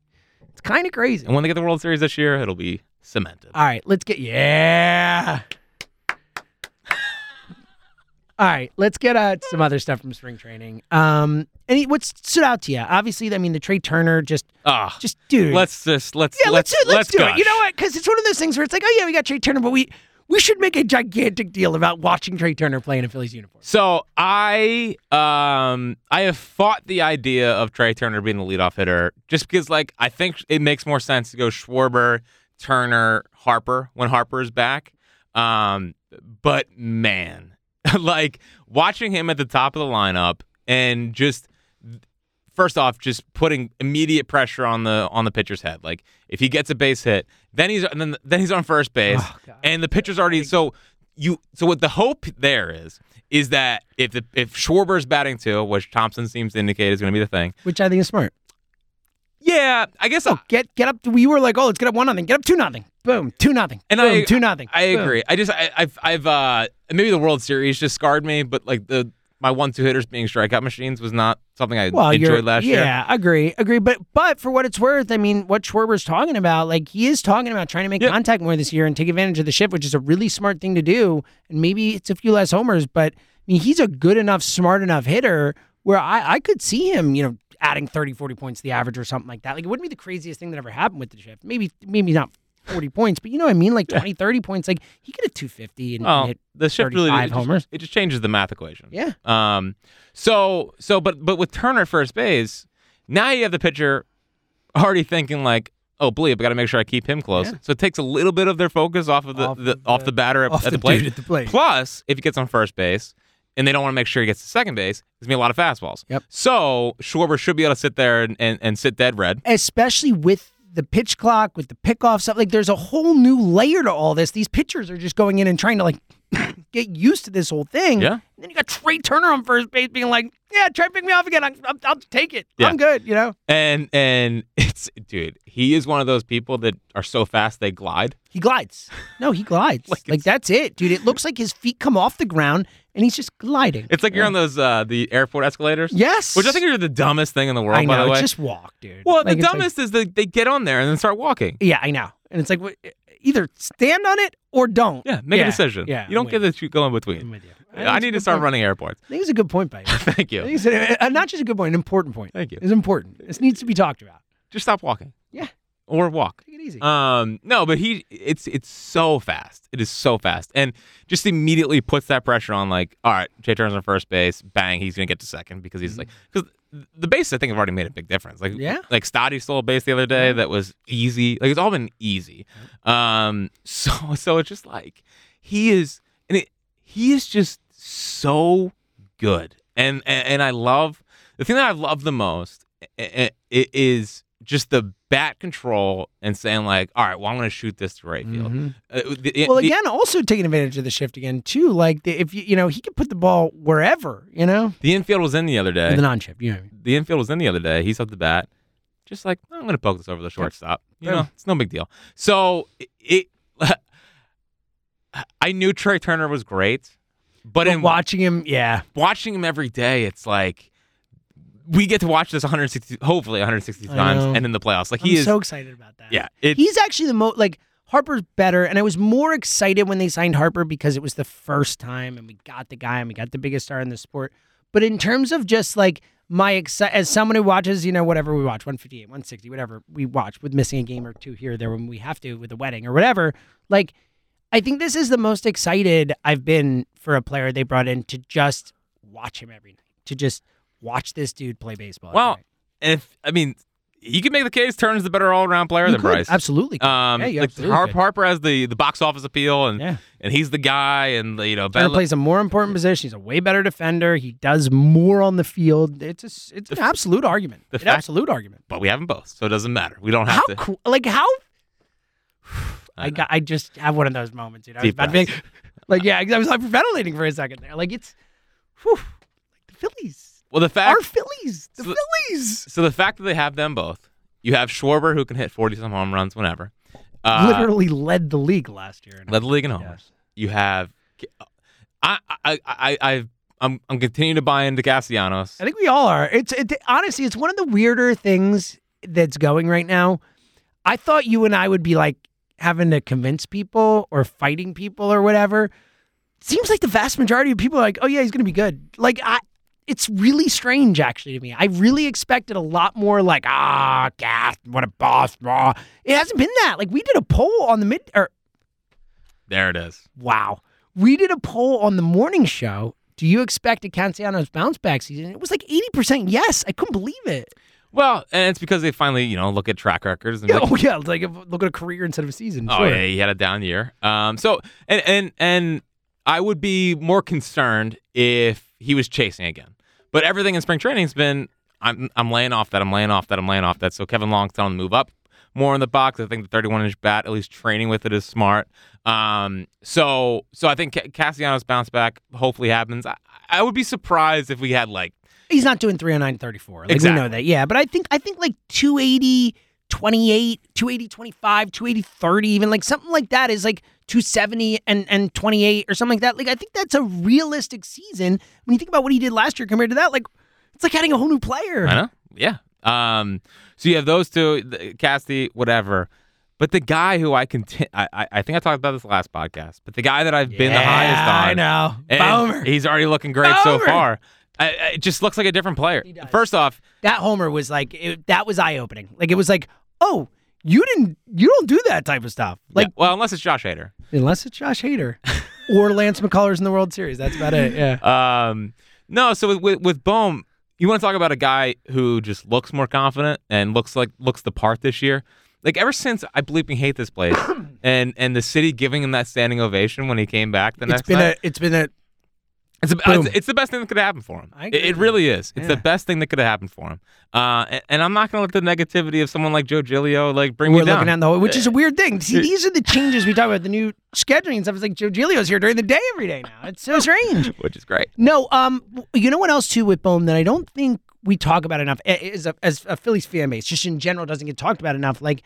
It's kind of crazy.
And when they get the World Series this year, it'll be cemented.
All right, let's get yeah. All right, let's get uh, some other stuff from spring training. Um, any what stood out to you? Obviously, I mean the Trey Turner just
Ah,
just dude.
let's just let's
yeah, let's do- let's,
let's,
do it. You
gush.
know what? Because it's one of those things where it's like, oh yeah, we got Trey Turner, but we we should make a gigantic deal about watching Trey Turner play in a Phillies uniform.
So I um I have fought the idea of Trey Turner being the leadoff hitter just because like I think it makes more sense to go Schwarber, Turner, Harper when Harper is back. Um, but man, like watching him at the top of the lineup and just first off, just putting immediate pressure on the on the pitcher's head. Like if he gets a base hit, then he's then, then he's on first base,
Oh, God.
and the pitcher's already so you so what the hope there is is that if the if Schwarber's batting too, which Thompson seems to indicate is going to be the thing.
Which I think is smart.
Yeah, I guess I,
So get get up. To, we were like, oh, let's get up one nothing. Get up two nothing. Boom, two nothing.
And
Boom,
I-
two nothing.
I
Boom.
agree. I just I, I've I've uh maybe the World Series just scarred me, but like the my one two hitters being strikeout machines was not something I
well, you're-
enjoyed last
yeah,
year.
agree, agree. But but for what it's worth, I mean, what Schwarber's talking about, like he is talking about trying to make
Yeah.
contact more this year and take advantage of the shift, which is a really smart thing to do. And maybe it's a few less homers, but I mean, he's a good enough, smart enough hitter where I I could see him, you know, adding 30, 40 points to the average or something like that. Like it wouldn't be the craziest thing that ever happened with the shift. Maybe maybe not. 40 points, but you know what I mean? Like 20, 30 points. Like he could have 250 and, and
Well,
hit
Oh, the shift really
35
it just,
homers.
It just changes the math equation.
Yeah.
Um. So so but but with Turner at first base, now you have the pitcher already thinking like, oh, bleep, I got to make sure I keep him close.
Yeah.
So it takes a little bit of their focus off of the,
Off
the
of
off
the-
the batter at,
off
at
the
the plate.
dude at the plate.
Plus, if he gets on first base. And they don't want to make sure he gets to second base. There's gonna be a lot of fastballs.
Yep.
So Schwarber should be able to sit there and, and, and sit dead red.
especially with the pitch clock, with the pickoff stuff. Like there's a whole new layer to all this. These pitchers are just going in and trying to like get used to this whole thing.
Yeah.
And then you got Trey Turner on first base being like, "Yeah, try to pick me off again. I, I'll, I'll take it.
Yeah.
I'm good." You know,
and and it's dude, he is one of those people that are so fast they glide.
he glides. No, he glides.
Like
like,
it's-
that's it, dude. It looks like his feet come off the ground and he's just gliding.
It's like you're on those uh the airport escalators.
yes,
Which I think are the dumbest thing in the world,
I know.
by the way.
Just walk, dude.
well,
Like,
the
it's like-
dumbest is that they get on there and then start walking.
Yeah, I know. And it's like wh- either stand on it or don't.
Yeah, make a decision.
Yeah,
you don't
I'm
get
with
to go in between.
I'm with you. I think it's
I
a
need to
good
start
point.
running airports.
I think it's a good point by you. I
Thank you.
think it's a, uh, not just a good point, an important point.
Thank you.
It's important. This needs to be talked about.
Just stop walking.
Yeah.
Or walk.
Take it easy.
Um, no, but he it's it's so fast. It is so fast. And just immediately puts that pressure on like, all right, Jay Turner's on first base, bang, he's gonna get to second because he's like because the base I think have already made a big difference. Like
Mm-hmm. Yeah.
like Stadi stole a base the other day that was easy. Like it's all been easy. Um so so it's just like he is and it, he is just so good. And and, and I love the thing that I love the most i- i- i- is just the bat control and saying like, all right, well I'm going to shoot this to right field.
Mhm.
Uh, the-
Well,
the-
again, also taking advantage of the shift again too. Like the, if you, you know, he could put the ball wherever. You know,
the infield was in the other day.
with the non-shift. You know, what I mean?
the infield was in the other day. He's up the bat, just like I'm going to poke this over the shortstop. You know,
Boom.
it's no big deal. So it, I knew Trey Turner was great, but,
but
in
watching him, yeah,
watching him every day, it's like we get to watch this 160, hopefully 160
I
times,
know.
and in the playoffs, like
I'm
he is.
so excited about that.
yeah, it,
he's actually the most like Harper's better, and I was more excited when they signed Harper because it was the first time, and we got the guy, and we got the biggest star in the sport. But in terms of just like my exci- as someone who watches, you know, whatever we watch, 158, 160, whatever we watch, with missing a game or two here or there when we have to with a wedding or whatever, like I think this is the most excited I've been for a player they brought in to just watch him every night, to just watch this dude play baseball. every
Well,
night.
if I mean, you could make the case Turner's the better all around player
You
than
could,
Bryce.
absolutely. could.
Um,
Yeah, you
like
absolutely
Har-
could.
Harper has the, the box office appeal, and
Yeah.
and he's the guy, and you know,
Turner
Bad-
plays a more important position. He's a way better defender. He does more on the field. It's a, s- it's an absolute argument.
the
An
fact-
absolute argument.
but we have them both, so it doesn't matter. We don't have
How
to.
cool? Like how?
I
I, got. I just have one of those moments. You know, I was
Deep
about to be, like yeah, I was like ventilating for a second there. Like it's, whew, the Phillies.
Well, the fact
Our Phillies. The
So-
Phillies.
so the fact that they have them both, you have Schwarber who can hit forty some home runs whenever, uh,
Literally led the league last year.
led the league in homers. You have, I I I I I'm I'm continuing to buy into Castellanos.
I think we all are. It's it, honestly, it's one of the weirder things that's going right now. I thought you and I would be like having to convince people or fighting people or whatever. Seems like the vast majority of people are like, "Oh yeah, he's going to be good." Like I it's really strange actually to me. I really expected a lot more like, "Ah, gas, what a boss." Blah. It hasn't been that. Like we did a poll on the mid or
There it is.
Wow. We did a poll on the morning show. Do you expect a Castellanos bounce back season? It was like 80% yes. I couldn't believe it.
Well, and it's because they finally you know look at track records and be like,
oh, yeah. it's Like, if- look at a career instead of a season.
Oh
sure.
yeah, he had a down year. Um, so and and and I would be more concerned if he was chasing again. But everything in spring training's been I'm I'm laying off that. I'm laying off that. I'm laying off that. So Kevin Long's telling him to move up more in the box. I think the 31 inch bat, at least training with it, is smart. Um, so so I think Ca- Castellanos bounce back hopefully happens. I, I would be surprised if we had like
He's not doing 309 34. Like,
Exactly.
we know that. Yeah. But I think, I think like 280 28, 280 25, 280 30, even like something like that is like 270 and, and 28 or something like that. Like, I think that's a realistic season. When you think about what he did last year compared to that, like, it's like adding a whole new player.
I know. Yeah. Um. So you have those two, the- Casty, whatever. But the guy who I conti- I, I I think I talked about this last podcast. But the guy that I've been the highest
Yeah,
on.
I know.
and
Bummer.
He's already looking great so
Bummer.
far. I, I- it just looks like a different player.
He does.
First off,
that homer was like it, that was eye opening. Like it was like, oh, you didn't, you don't do that type of stuff.
like
Like
well, unless it's Josh Hader.
unless it's Josh Hader or Lance McCullers in the World Series, that's about it. Yeah,
Um. No. So with with, with Bohm, you want to talk about a guy who just looks more confident and looks like looks the part this year. Like ever since I bleeping hate this place, and and the city giving him that standing ovation when he came back the
it's
next
been
night.
a, it's been a
It's, a, uh,
Boom.
it's, it's the best thing that could happen for him.
I
It,
agree
it
with
really is. It's the
Yeah.
best thing that could happen for him. Uh, and, and I'm not going to let the negativity of someone like Joe Gilio like bring
We're
me down.
looking at the whole, which is a weird thing. See, these are the changes we talk about, the new scheduling and stuff. It's like Joe Gilio's here during the day every day now. It's so strange.
which is great.
No, um, you know what else too with Bohm that I don't think we talk about enough a- as a, as a Phillies fan base, just in general, doesn't get talked about enough. Like,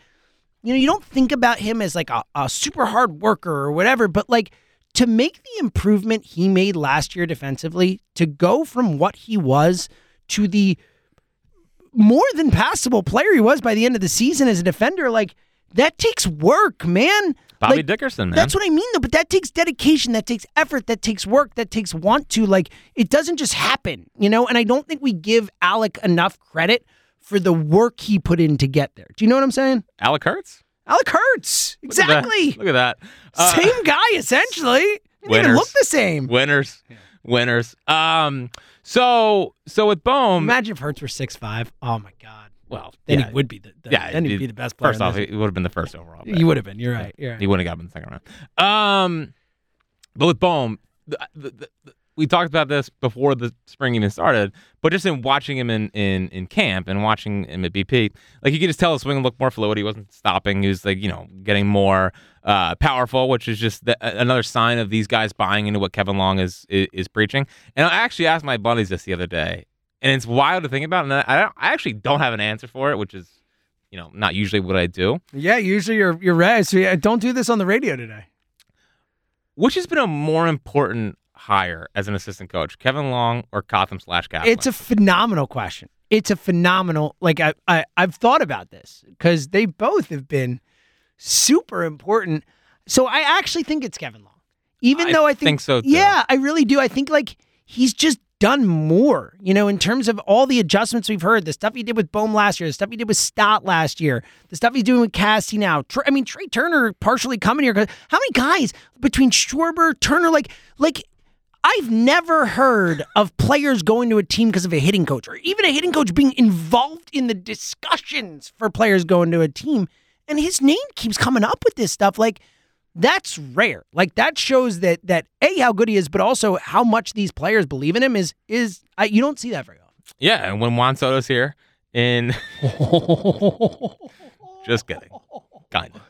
you know, you don't think about him as like a, a super hard worker or whatever, but like to make the improvement he made last year defensively, to go from what he was to the more than passable player he was by the end of the season as a defender, like that takes work, man.
Bobby
Like,
Dickerson, man.
that's what I mean, though. But that takes dedication, that takes effort, that takes work, that takes want to. Like, it doesn't just happen, you know? And I don't think we give Alec enough credit for the work he put in to get there. Do you know what I'm saying?
Alec Hurts.
Alec Hurts.
Look at that.
Exactly.
Look at that. Uh,
same guy, essentially. They even
winners.
look the same.
winners, winners. Um, so so with Bohm,
Imagine if Hurts were six five. Oh, my God. Well, then
then he
he would be the,
yeah,
then he'd
dude,
be the best player.
First off, he would have been the first overall. pick.
you would have been. You're right. You're
He
right.
wouldn't have gotten the second round. Um, but with Bohm, the, the, the, we talked about this before the spring even started. But just in watching him in, in, in camp and watching him at BP, like you could just tell his swing looked more fluid. He wasn't stopping. He was like you know getting more uh, powerful, which is just the, a- another sign of these guys buying into what Kevin Long is, is is preaching. And I actually asked my buddies this the other day, and it's wild to think about. And I, I, don't, I actually don't have an answer for it, which is you know not usually what I do.
Yeah, usually you're you're right. So yeah, don't do this on the radio today.
Which has been a more important hire as an assistant coach, Kevin Long or Cotham slash Kaplan?
It's a phenomenal question. It's a phenomenal. Like I, I I've thought about this because they both have been super important. So I actually think it's Kevin Long, even
I
though I think,
think so, too.
Yeah, I really do. I think like he's just done more. You know, in terms of all the adjustments we've heard, the stuff he did with Bohm last year, the stuff he did with Stott last year, the stuff he's doing with Cassie now. Tr- I mean, Trey Turner partially coming here. 'cause How many guys between Schwarber, Turner, like like I've never heard of players going to a team because of a hitting coach or even a hitting coach being involved in the discussions for players going to a team. And his name keeps coming up with this stuff. Like, that's rare. Like that shows that that A, how good he is, but also how much these players believe in him is is I, you don't see that very often.
yeah, and when Juan Soto's here, and just kidding, kind of,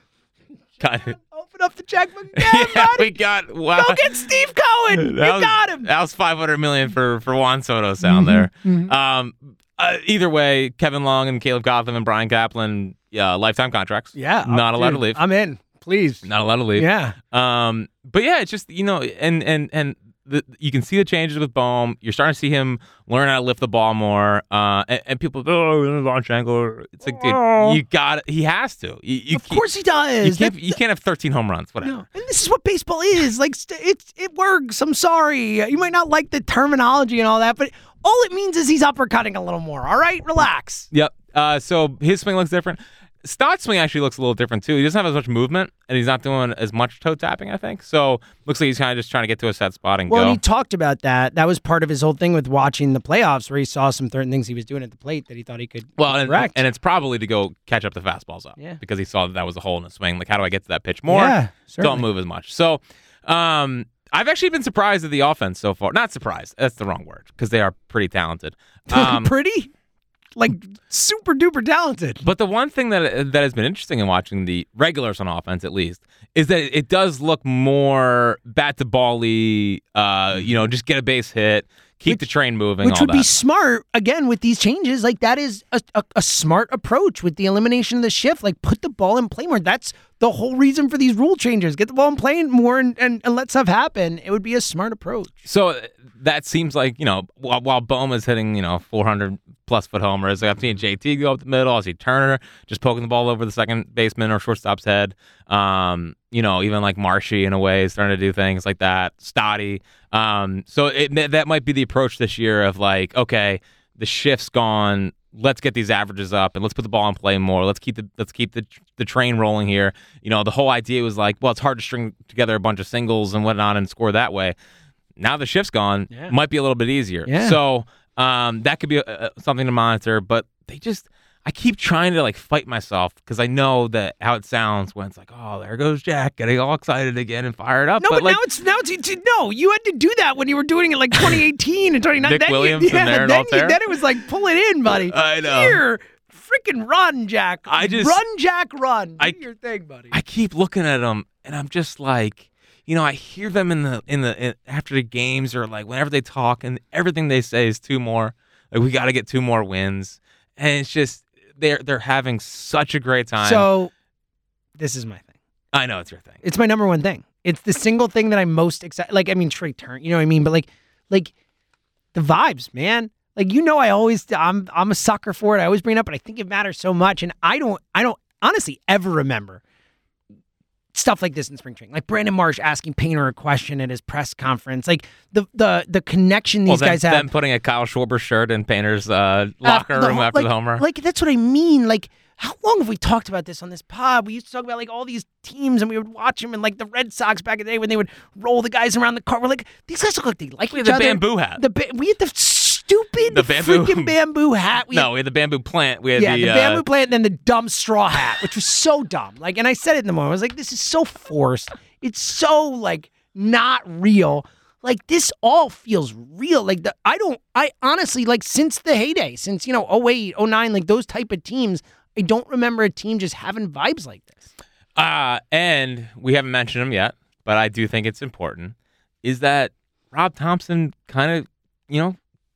kind of.
Open up the checkbook again,
yeah,
buddy.
we got wow.
Go get Steve Cohen. We
that was,
got him. Mm-hmm,
That was five hundred million for for Juan Soto sound there. Um, uh, either way, Kevin Long and Caleb Cotham and Brian Kaplan, yeah, lifetime contracts.
Yeah.
not allowed
dude,
to leave.
I'm in. Please.
not allowed to leave.
Yeah.
Um, but yeah, it's just you know, and and and the, you can see the changes with Bohm. You're starting to see him learn how to lift the ball more. Uh, and, and people, oh, launch angle. It's like, dude, you got. He has to. You, you
Oh. Of
can't-
course he does.
You can't,
That-
you can't have 13 home runs. Whatever.
No. And this is what baseball is. Like st- it it works. I'm sorry. You might not like the terminology and all that, but all it means is he's uppercutting a little more. All right? Relax.
Yep. Uh, so his swing looks different. Stott's swing actually looks a little different too. He doesn't have as much movement, and he's not doing as much toe tapping. I think so. Looks like he's kind of just trying to get to a set spot and
Well,
go.
and he talked about that. That was part of his whole thing with watching the playoffs where he saw some certain things he was doing at the plate that he thought he could
Well, and,
correct.
and it's probably to go catch up the fastballs up
Yeah.
because he saw that, that was a hole in the swing. Like, how do I get to that pitch more?
Yeah,
Don't
certainly.
move as much. So, um, I've actually been surprised at the offense so far. Not surprised. That's the wrong word because they are pretty talented. Um,
pretty like super duper talented.
but the one thing that that has been interesting in watching the regulars on offense, at least, is that it does look more bat to bally. Uh, you know, just get a base hit, keep the train moving.
Which
all
would
that.
be smart again with these changes. Like that is a, a, a smart approach with the elimination of the shift. Like put the ball in play more. That's the whole reason for these rule changes. Get the ball in play more and, and, and let stuff happen. It would be a smart approach.
So uh, that seems like you know, while, while Boma's hitting you know 400 plus foot homers, like I'm seeing JT go up the middle. I see Turner just poking the ball over the second baseman or shortstop's head. Um, you know, even like Marshy in a way is starting to do things like that. Stotty. Um, so it, that that might be the approach this year of like, okay, the shift's gone. Let's get these averages up and let's put the ball in play more. Let's keep the let's keep the the train rolling here. You know, the whole idea was like, well, it's hard to string together a bunch of singles and whatnot and score that way now the shift's gone,
Yeah.
might be a little bit easier.
Yeah.
uh, So um, that could be uh, something to monitor, but they just. I keep trying to like fight myself because I know that how it sounds when it's like, oh, there goes Jack getting all excited again and fired up.
No, but,
like,
now it's now it's you- you- no. You had to do that when you were doing it like 2018 and 2019.
Dick
then you-
Williams and
yeah,
there and
then,
all
you-
there?
then it was like pull it in, buddy.
I know.
Here, freaking run, Jack.
uh-huh. I just-
run, Jack, run. Do
I-
your thing, buddy.
I keep looking at them and I'm just like, you know, I hear them in the in the in, after the games or like whenever they talk and everything they say is two more. Like we got to get two more wins, and it's just they're they're having such a great time.
so, this is my thing.
I know it's your thing.
It's my number one thing. It's the single thing that I'm most excited. Like, I mean, Trey Turn, you know what I mean? But like, like the vibes, man. Like, you know, I always I'm I'm a sucker for it. I always bring it up, but I think it matters so much. And I don't I don't honestly ever remember stuff like this in spring training. Like Brandon Marsh asking Painter a question at his press conference. Like the the the connection these
well, then,
guys have.
then putting a Kyle Schwarber shirt in Painter's uh, locker
Uh, the
room
ho-
after
like-
the homer.
Like that's what I mean. Like how long have we talked about this on this pod? We used to talk about like all these teams, and we would watch them, and like the Red Sox back in the day when they would roll the guys around the car. We're like, these guys look like they like
we had
each
the
other.
bamboo hat.
The ba- we had the stupid
The bamboo-
freaking bamboo hat. We
no, we had the bamboo plant. We had
Had, yeah, the,
uh,
bamboo plant, and then the dumb straw hat, which was so dumb. Like, and I said it in the moment. I was like, this is so forced. It's so like not real. Like this all feels real. Like the I don't I honestly like since the heyday, since you know 08, 09, like those type of teams, I don't remember a team just having vibes like this.
Uh, and we haven't mentioned him yet, but I do think it's important. Is that Rob Thompson kind of, you know,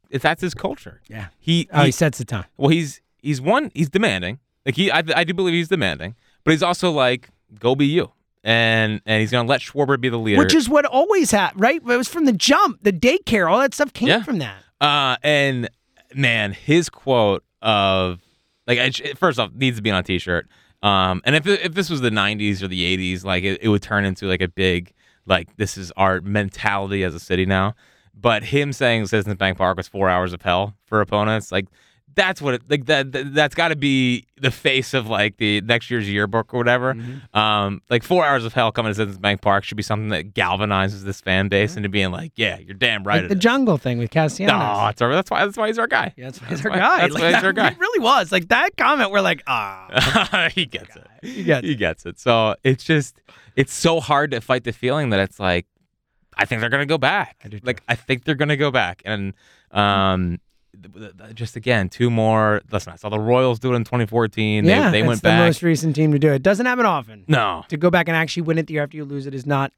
if that's his culture.
Yeah.
Uh, He,
Oh, he
he-
sets the time.
well, he's he's one. He's demanding. Like he, I, I do believe he's demanding, but he's also like, go be you, and and he's gonna let Schwarber be the leader.
Which is what always happened, right? It was from the jump, the daycare, all that stuff came
Yeah.
from that.
Uh, and man, his quote of like, I, first off, needs to be on a t-shirt. Um, and if if this was the '90s or the '80s, like it, it would turn into like a big like this is our mentality as a city now. But him saying Citizens Bank Park was four hours of hell for opponents, like that's what it, like that, that that's got to be the face of like the next year's yearbook or whatever.
Mm-hmm.
Um, like four hours of hell coming to Citizens Bank Park should be something that galvanizes this fan base into being like, yeah, you're damn right.
Mm-hmm. Like
it
the
is.
jungle thing with Cassiano.
No, it's our, that's why that's why he's our guy.
Yeah, that's why he's our
why-
guy.
that's
Like,
why he's our
that-
guy.
It really was. Like that comment, we're like, ah.
he gets it. He
gets
it. So it's just it's so hard to fight the feeling that it's like I think they're gonna go back.
I do too.
like I think they're gonna go back. And um, th- th- th- just again, two more. Listen, I saw the Royals do it in 2014.
yeah,
they, they
that's
went
the
back.
most recent team to do it. Doesn't happen often.
no,
To go back and actually win it the year after you lose it is not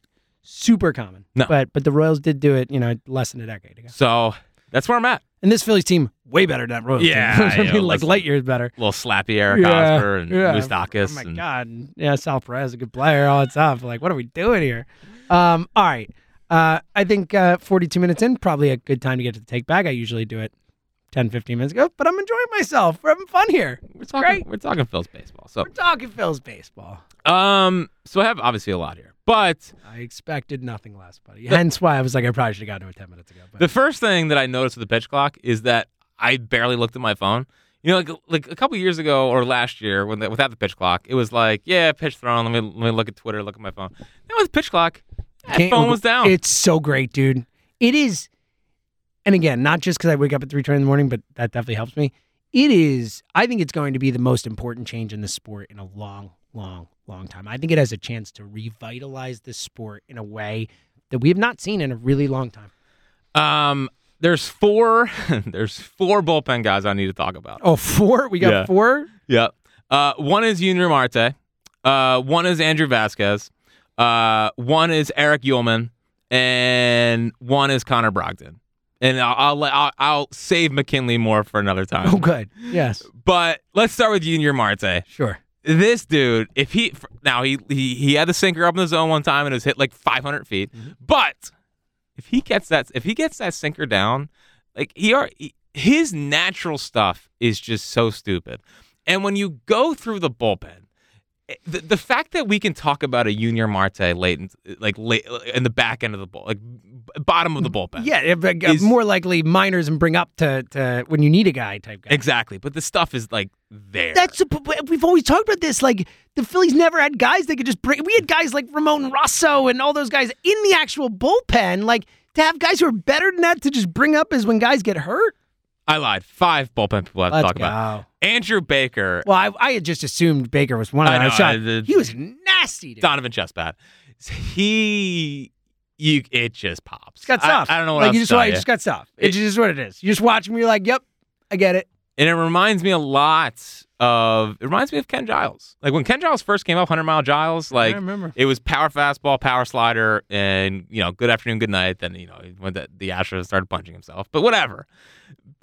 super common.
No.
But but the Royals did do it, you know, less than a decade ago.
so that's where I'm at.
And this Phillies team way better than that Royals
Yeah,
team. I
yeah,
mean, like
listen.
light years better.
Little slappy Eric
Yeah,
Oscar and
yeah.
Moustakis
Oh my
and
god. Yeah, Sal Perez, a good player, all that stuff. Like, what are we doing here? Um, all right. Uh, I think uh, 42 minutes in, probably a good time to get to the take back. I usually do it 10, 15 minutes ago, but I'm enjoying myself. We're having fun here.
we're talking
great.
we're talking Phil's baseball. So
We're talking Phil's baseball.
um, so I have obviously a lot here, but
I expected nothing less, buddy. Hence why I was like, I probably should have gotten to it 10 minutes ago. But
The first thing that I noticed with the pitch clock is that I barely looked at my phone. You know, like like a couple years ago or last year, when the, without the pitch clock, it was like, yeah, pitch thrown. Let me let me look at Twitter, look at my phone. Now with the pitch clock, my
Can't-
phone was down.
It's so great, dude. It is, and again, not just because I wake up at three twenty in the morning, but that definitely helps me. It is. I think it's going to be the most important change in the sport in a long, long, long time. I think it has a chance to revitalize the sport in a way that we have not seen in a really long time.
um, there's four there's four bullpen guys I need to talk about.
Oh, four. We got
Yeah.
four.
Yep. Uh, one is Junior Marte. Uh, one is Andrew Vasquez. Uh, one is Eric Yulman, and one is Connor Brogdon. And I'll I'll, let- I'll, I'll save McKinley more for another time.
Oh, good. Yes.
But let's start with Junior Marte.
Sure.
This dude, if he f- now he he he had the sinker up in the zone one time and it was hit like 500 feet,
Mm-hmm.
but if he gets that if he gets that sinker down, like he are his natural stuff is just so stupid. And when you go through the bullpen, eh, the, the fact that we can talk about a Junior Marte late in, like late in the back end of the bull, like b- bottom of the bullpen,
Yeah. if- like,
Is-
more likely minors and bring up to, to when you need a guy type guy.
exactly. But the stuff is like there.
That's the, but- but we've always talked about this. Like the Phillies never had guys they could just bring. We had guys like Ramon Rosso and all those guys in the actual bullpen. Like to have guys who are better than that to just bring up is when guys get hurt.
I lied. Five bullpen people I have to
Let's
talk about.
go.
Andrew Baker,
Well, I, I had just assumed Baker was one of
I
them. I
know,
shot.
I did-
he was nasty. Dude.
Donovan Chestbat, he, you, it just pops.
It's got stuff.
I, I don't know what
like,
else
you
to
just,
tell
wa-
you.
just got stuff. It's
It-
just what it is. You just watch him. You're like, yep, I get it.
and it reminds me a lot of. It reminds me of Ken Giles. Like when Ken Giles first came up, Hundred Mile Giles, like.
I remember.
It was power fastball, power slider, and you know, good afternoon, good night. Then you know, when the, the Astros started punching himself, but whatever.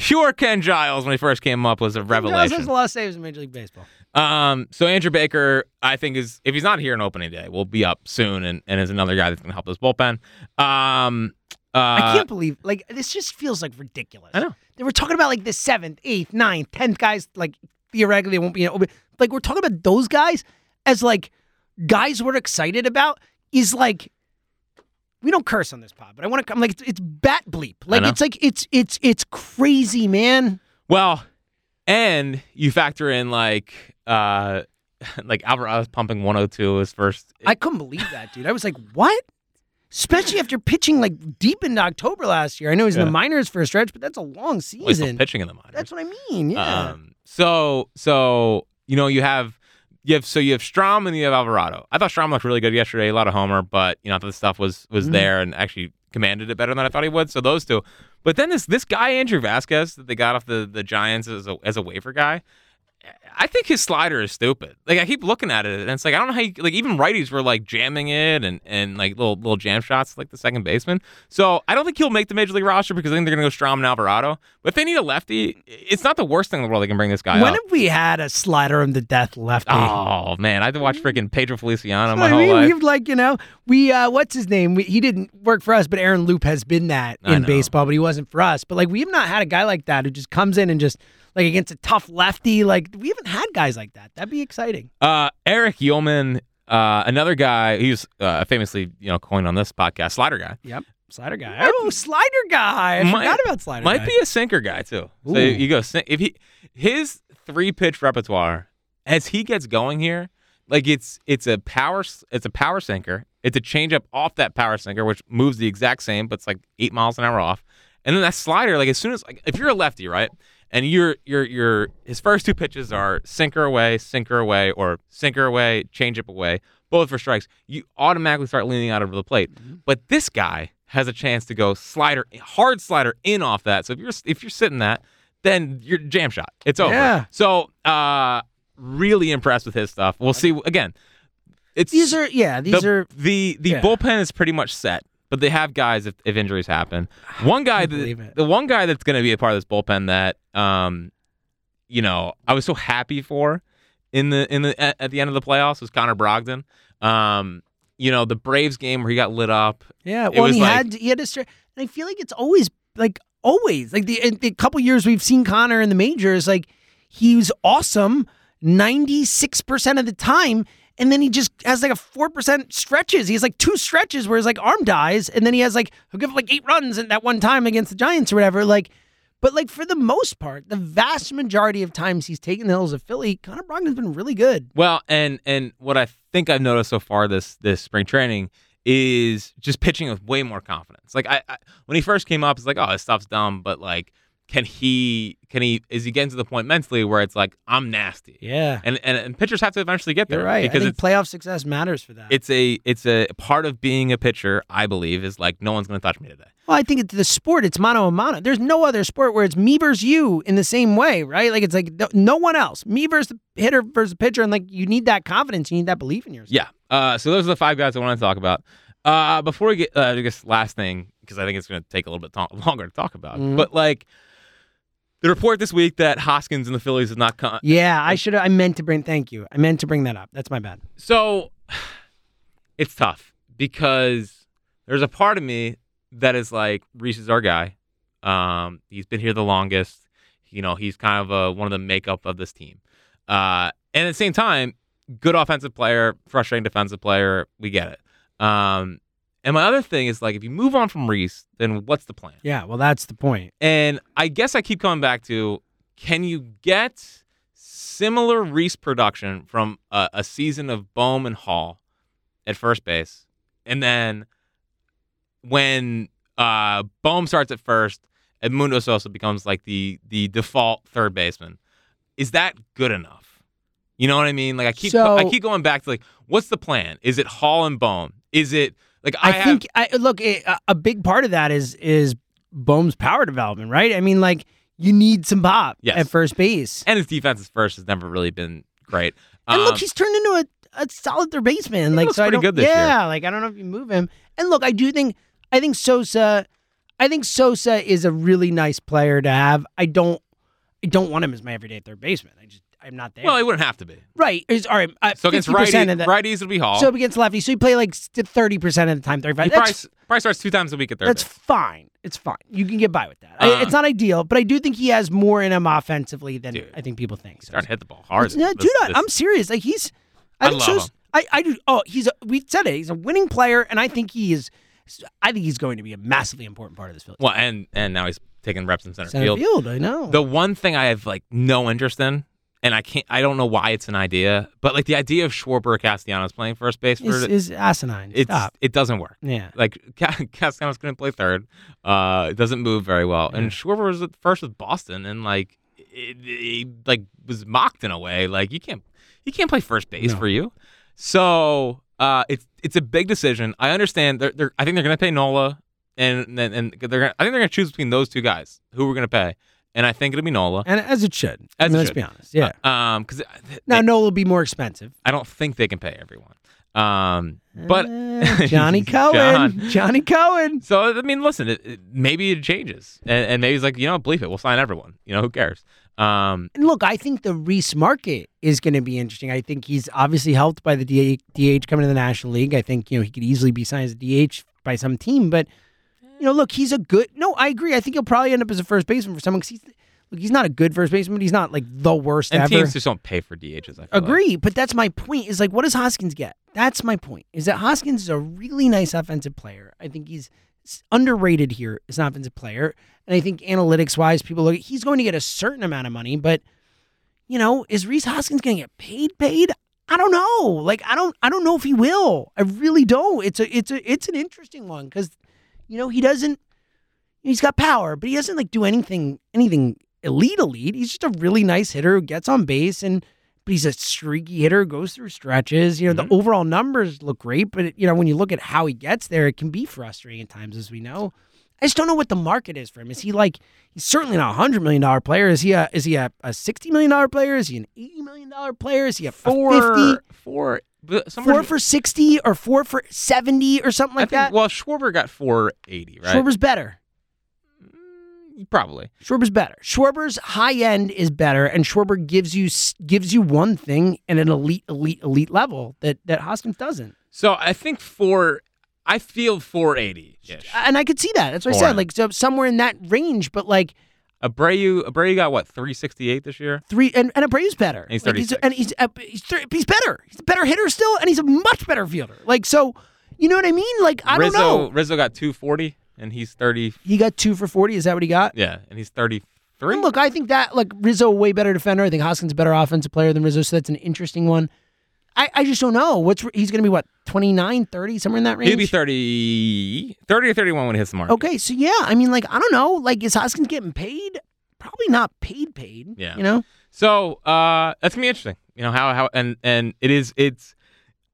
Pure Ken Giles when he first came up was a
He
revelation.
has a lot of saves in Major League Baseball.
Um, so Andrew Baker, I think is if he's not here on opening day, will be up soon, and, and is another guy that's going to help this bullpen. Um, uh,
I can't believe like this just feels like ridiculous.
I know.
They were talking about like the seventh, eighth, ninth, tenth guys like theoretically they won't be in open. Like we're talking about those guys as like guys we're excited about is like we don't curse on this pod, but I want to come like it's, it's bat bleep. Like
know.
it's like it's it's it's crazy, man.
Well, and you factor in like uh, like Alvarez pumping 102 his first.
I couldn't believe that, dude. I was like, what? Especially after pitching like deep into October last year. I know he's in
Yeah.
the minors for a stretch, but that's a long
well, he's still
season.
pitching in the minors.
That's what I mean. Yeah.
Um, so so you know you have you have so you have Strom and you have Alvarado. I thought Strom looked really good yesterday, a lot of homer, but you know I thought the stuff was was
Mhm.
there and actually commanded it better than I thought he would. So those two, but then this this guy Andrew Vasquez that they got off the the Giants as a as a waiver guy. I think his slider is stupid. Like I keep looking at it, and it's like I don't know how. You, like even righties were like jamming it, and and like little little jam shots, like the second baseman. So I don't think he'll make the major league roster because I think they're gonna go Strom and Alvarado. But if they need a lefty, it's not the worst thing in the world they can bring this guy
When
up.
have we had a slider him to death lefty?
uh, Oh man, I had to watch freaking Pedro Feliciano my
I
whole
mean,
life.
we've like you know, we uh, what's his name? We, he didn't work for us, but Aaron Loop has been that
I
in
know.
baseball, but he wasn't for us. But like we have not had a guy like that who just comes in and just like against a tough lefty. Like we haven't had guys like that. That'd be exciting.
Uh, Eric Yeoman, uh, another guy who's uh, famously you know coined on this podcast, slider guy.
Yep, slider guy. oh, slider guy. I
Might-
forgot about slider.
Might
guy.
be a sinker guy too. So
Ooh.
you go sin- if he his three pitch repertoire as he gets going here, like it's it's a power s- it's a power sinker. It's a changeup off that power sinker, which moves the exact same, but it's like eight miles an hour off. And then that slider, like as soon as like if you're a lefty, right, and you're you're you're his first two pitches are sinker away, sinker away, or sinker away, changeup away, both for strikes. You automatically start leaning out of the plate.
Mm-hmm.
But this guy has a chance to go slider, hard slider in off that. So if you're if you're sitting that, then you're jam shot. It's over.
Yeah.
So uh, really impressed with his stuff. We'll see again. It's
These are yeah. These
the,
are
the the
yeah.
bullpen is pretty much set, but they have guys if, if injuries happen. One guy,
can't believe
that,
it.
the one guy that's going to be a part of this bullpen that, um, you know, I was so happy for in the in the at, at the end of the playoffs was Connor Brogdon. Um, you know, the Braves game where he got lit up.
Yeah,
It
well, and
was
he
like-
had he had a str- and I feel like it's always like always like the in the couple years we've seen Connor in the majors, like he was awesome ninety six percent of the time, and then he just has like a four percent stretches. He has like two stretches where his like arm dies, and then he has like he'll give up, like eight runs in that one time against the Giants or whatever. Like, but like for the most part, the vast majority of times he's taken the hills of Philly, Connor Brogdon's been really good.
Well, and and what I think I've noticed so far this this spring training is just pitching with way more confidence. Like I, I when he first came up, it's like, oh, this stuff's dumb, but like, can he can he is he getting to the point mentally where it's like I'm nasty?
Yeah,
And and, and pitchers have to eventually get there,
you're right.
Because
I
it's
think playoff success matters for that.
it's a it's a part of being a pitcher. I believe is like no one's gonna touch me today.
Well, I think it's the sport. It's mono a mono. There's no other sport where it's me versus you in the same way, right? Like it's like no, no one else. Me versus the hitter versus the pitcher, and like you need that confidence. You need that belief in yourself.
Yeah. Uh, so those are the five guys I want to talk about. Uh, before we get, uh, I guess last thing because I think it's going to take a little bit to- longer to talk about.
Mhm.
But like the report this week that Hoskins and the Phillies is not con-
Yeah, I should. I meant to bring. Thank you. I meant to bring that up. That's my bad.
so it's tough because there's a part of me that is like Reese is our guy. Um, he's been here the longest. You know, he's kind of uh one of the makeup of this team. Uh, and at the same time, good offensive player, frustrating defensive player. We get it. Um, and my other thing is like, if you move on from Reese, then what's the plan?
Yeah. Well, that's the point.
And I guess I keep coming back to can you get similar Reese production from a, a season of Bohm and Hall at first base? And then when uh, Bohm starts at first, Edmundo Sosa becomes like the the default third baseman. is that good enough? You know what I mean? Like I keep
So-
I keep going back to like what's the plan? Is it Hall and Bone? Is it like I,
I,
have-
think I, look it, a- a big part of that is is Bohm's power development, right? I mean, like you need some pop
Yes.
at first base,
and his defense at first has never really been great.
and
Um,
look, he's turned into a, a solid third baseman. Like
looks
so, I
pretty
don't,
good this
yeah, like I don't know if you move him. And look, I do think I think Sosa, I think Sosa is a really nice player to have. I don't I don't want him as my everyday third baseman. I just I'm not there.
well, he wouldn't have to be.
right? Is all right. Uh,
So against
50%
righty,
of the,
righties would be Hall.
So against lefty, so you play like thirty percent of the time, thirty-five.
he
That's
probably, probably starts two times a week at third.
That's
base.
fine. It's fine. You can get by with that. I-
Uh,
it's not ideal, but I do think he has more in him offensively than
Dude.
I think people think. So.
Starting to hit the ball hard.
No,
This-
dude, I-
this-
I'm serious. Like he's, I,
I
think
love
shows-
him.
I, I do. Oh, he's. A, we said it. He's a winning player, and I think he is. I think he's going to be a massively important part of this Phillies
well, and and now he's taking reps in center,
center
field.
field. I know.
The one thing I have like no interest in, and I can't, I don't know why it's an idea, but like the idea of Schwarber Castellanos playing first base for
is, is asinine.
it's
Stop.
it doesn't work.
Yeah.
Like Ca- Castellanos couldn't play third, uh, it doesn't move very well, and Schwarber was at first with Boston, and like it, he like was mocked in a way, like you can't you can't play first base
No.
for you. So uh, it's it's a big decision. I understand. They're, they're I think they're gonna pay Nola, and and, and they're gonna, I think they're gonna choose between those two guys who we're gonna pay, and I think it'll be Nola.
And as it should. I
As
mean,
it
let's
should.
be honest. Yeah.
Um, because
now, Noel will be more expensive.
I don't think they can pay everyone. Um, but
Uh, Johnny Cohen.
John.
Johnny Cohen.
so I mean, listen, it, it- maybe it changes, and, and maybe it's like you know, believe it, we'll sign everyone. You know, who cares? Um,
And look, I think the Reese market is going to be interesting. I think he's obviously helped by the DH DH coming to the National League. I think, you know, he could easily be signed as a DH by some team. But, you know, look, he's a good. No, I agree. I think he'll probably end up as a first baseman for someone because he's, look, he's not a good first baseman, but he's not like the worst
and
ever.
teams just don't pay for DHs. I feel like.
Agree, but that's my point. Is like, what does Hoskins get? That's my point. Is that Hoskins is a really nice offensive player. I think he's s- underrated here as an offensive player, and I think analytics wise, people look. He's going to get a certain amount of money, but you know, is Reese Hoskins going to get paid? Paid? I don't know. Like, I don't. I don't know if he will. I really don't. It's a. It's a. It's an interesting one because, you know, he doesn't. He's got power, but he doesn't like do anything. Anything elite. Elite. He's just a really nice hitter who gets on base and but he's a streaky hitter, goes through stretches. You know,
Mm-hmm.
the overall numbers look great, but you know, when you look at how he gets there, it can be frustrating at times, as we know. I just don't know what the market is for him. Is he like he's certainly not a hundred million dollar player? Is he a is he a, a sixty million dollar player? Is he an eighty million dollar player? Is he a
Four,
fifty?
four, but somewhere-
Four for sixty or four for seventy or something
I
like
think.
that?
Well, Schwarber got four eighty, right?
Schwarber's better.
probably.
Schwarber's better. Schwarber's high end is better, and Schwarber gives you s- gives you one thing at an elite, elite, elite level that that Hoskins doesn't.
So I think four. I feel four eighty ish.
and I could see that. That's what I
Foreign.
said. Like so somewhere in that range, but like
Abreu, Abreu got what three sixty eight this year.
three and, and Abreu's better.
He's
Like, he's
36.
and he's uh, he's, thir- he's better. He's a better hitter still, and he's a much better fielder. Like so, you know what I mean? Like I
Rizzo,
don't know.
Rizzo got two forty, and he's thirty.
He got two for forty. Is that what he got?
Yeah, and he's thirty three.
And look, I think that like Rizzo a way better defender. I think Hoskins a better offensive player than Rizzo, so that's an interesting one. I, I just don't know. What's he's going to be what 29, 30, somewhere in that range.
He'll be 30, 30 or 31 when he hits the mark.
Okay, so yeah, I mean like I don't know. Like is Hoskins getting paid? Probably not paid paid.
Yeah.
You know?
So uh, that's gonna be interesting. You know how how and and it is it's.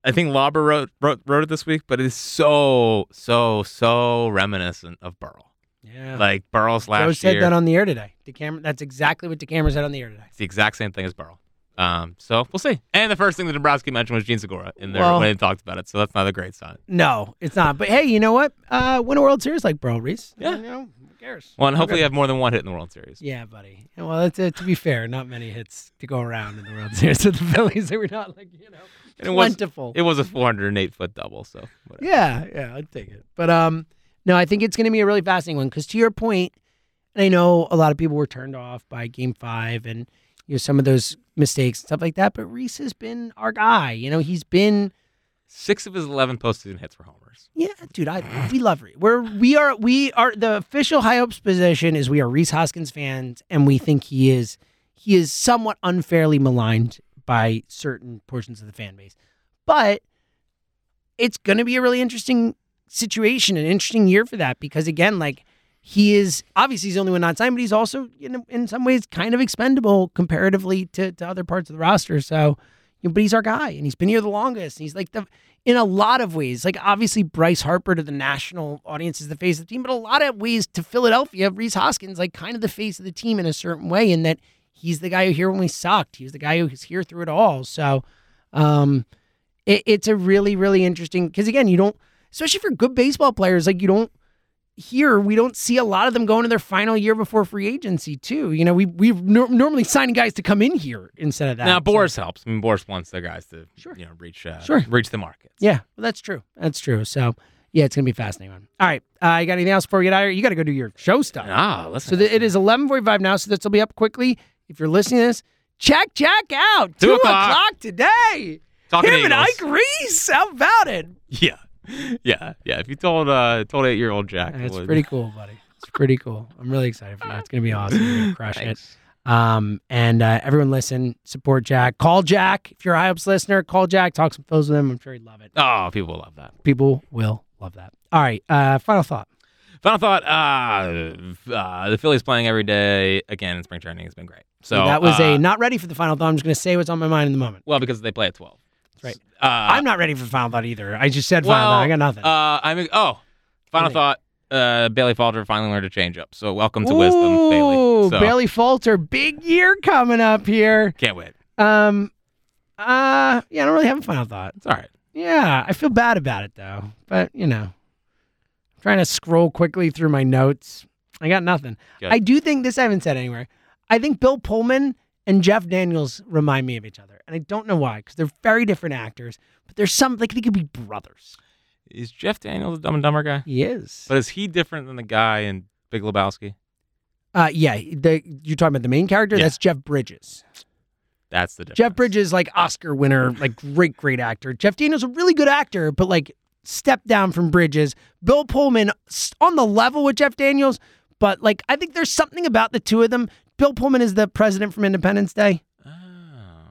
I think Lauber wrote, wrote wrote it this week, but it is so so so reminiscent of Burl.
Yeah.
Like Burl's last
Joe said
year.
that on the air today. The camera. That's exactly what the camera said on the air today.
It's the exact same thing as Burl. Um, so we'll see. And the first thing that Dombrowski mentioned was Gene Segura in there
Well-
when they talked about it. So that's not a great sign.
No, it's not. But hey, you know what? Uh, win a World Series like Bro Reese.
Yeah.
You know, who cares?
Well, and hopefully you have more than one hit in the World Series.
Yeah, buddy. And Well, it's, uh, to be fair, not many hits to go around in the World Series with the Phillies. They were not like you know
And it was
plentiful.
it was a 408 foot double. So whatever.
Yeah, yeah, I'd take it. But um, no, I think it's going to be a really fascinating one because to your point, and I know a lot of people were turned off by Game Five and you know some of those mistakes and stuff like that. But Reese has been our guy. You know, he's been
six of his 11 postseason hits were homers.
Yeah, dude, I we love Reese. We're we are we are the official high hopes position is we are Reese Hoskins fans, and we think he is he is somewhat unfairly maligned by certain portions of the fan base. But it's gonna be a really interesting situation, an interesting year for that because again, like He is obviously he's the only one not signed, but he's also in, in some ways kind of expendable comparatively to, to other parts of the roster. So, you know, but he's our guy, and he's been here the longest. And he's like the in a lot of ways, like obviously Bryce Harper to the national audience is the face of the team, but a lot of ways to Philadelphia, Reese Hoskins like kind of the face of the team in a certain way, in that he's the guy who here when we sucked. He was the guy who was here through it all. So, um, it, it's a really really interesting because again, you don't especially for good baseball players like you don't here we don't see a lot of them going to their final year before free agency too. You know, we we've nor- normally signing guys to come in here instead of that.
now
So-
Boris helps. I mean, Boris wants the guys to
Sure.
you know reach uh,
Sure.
reach the market.
Yeah, well, that's true. That's true. So, yeah, it's gonna be a fascinating. One. All right, uh, you got anything else before we get out of here? You got to go do your show stuff.
Ah, listen.
So th- it is eleven forty-five now. So this will be up quickly. If you're listening to this, check check out
Two
two
o'clock.
o'clock today.
Talking
Him and
Eagles.
Ike Reese. How about it?
Yeah, yeah, yeah. If you told uh told eight year old Jack, it
That's
would-
pretty cool, buddy. It's pretty cool. I'm really excited for you. It's gonna be awesome. You're gonna crush it.
Thanks.
Um, and uh, everyone listen, support Jack. Call Jack if you're a high ups listener. Call Jack. Talk some fills with him. I'm sure he'd love it.
Oh, people love that.
People will love that. All right. Uh, final thought.
Final thought: uh, uh, the Phillies playing every day again in spring training has been great. So
that was
uh,
a not ready for the final thought. I'm just gonna say what's on my mind in the moment.
well because they play at twelve.
That's right.
Uh,
I'm not ready for the final thought either. I just said final thought. I got nothing.
Uh, I'm oh, final
Nothing.
thought. Uh, Bailey Falter finally learned to change up. So welcome to wisdom, Bailey.
Ooh,
So,
Bailey Falter, big year coming up here.
Can't wait.
Um, uh, yeah, I don't really have a final thought.
It's all right.
Yeah, I feel bad about it though. But you know, I'm trying to scroll quickly through my notes. I got nothing.
Good.
I do think this I haven't said anywhere. I think Bill Pullman and Jeff Daniels remind me of each other, and I don't know why because they're very different actors. But there's some like they could be brothers.
Is Jeff Daniels a Dumb and Dumber guy?
He is.
But is he different than the guy in Big Lebowski?
uh, yeah, the, you're talking about the main character.
Yeah.
That's Jeff Bridges.
That's the difference.
Jeff Bridges, like Oscar winner, like great, great actor. Jeff Daniels, a really good actor, but like step down from Bridges. Bill Pullman s- on the level with Jeff Daniels, but like I think there's something about the two of them. Bill Pullman is the president from Independence Day.
Oh,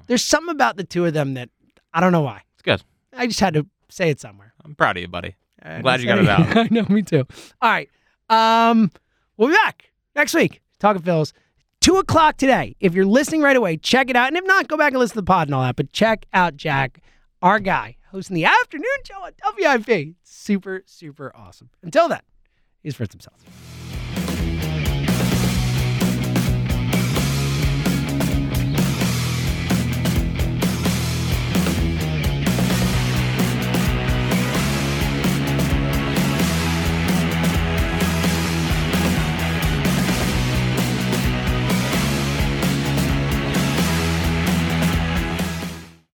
There's something about the two of them that I don't know why.
it's good.
I just had to say it somewhere.
I'm proud of you, buddy.
I'm
glad you got it out.
I know, me too. All right. Um, we'll be back next week. Talking Phil's. Two o'clock today. If you're listening right away, check it out. And if not, go back and listen to the pod and all that. But check out Jack, our guy, hosting the afternoon show on WIP. Super, super awesome. Until then, he's for himself.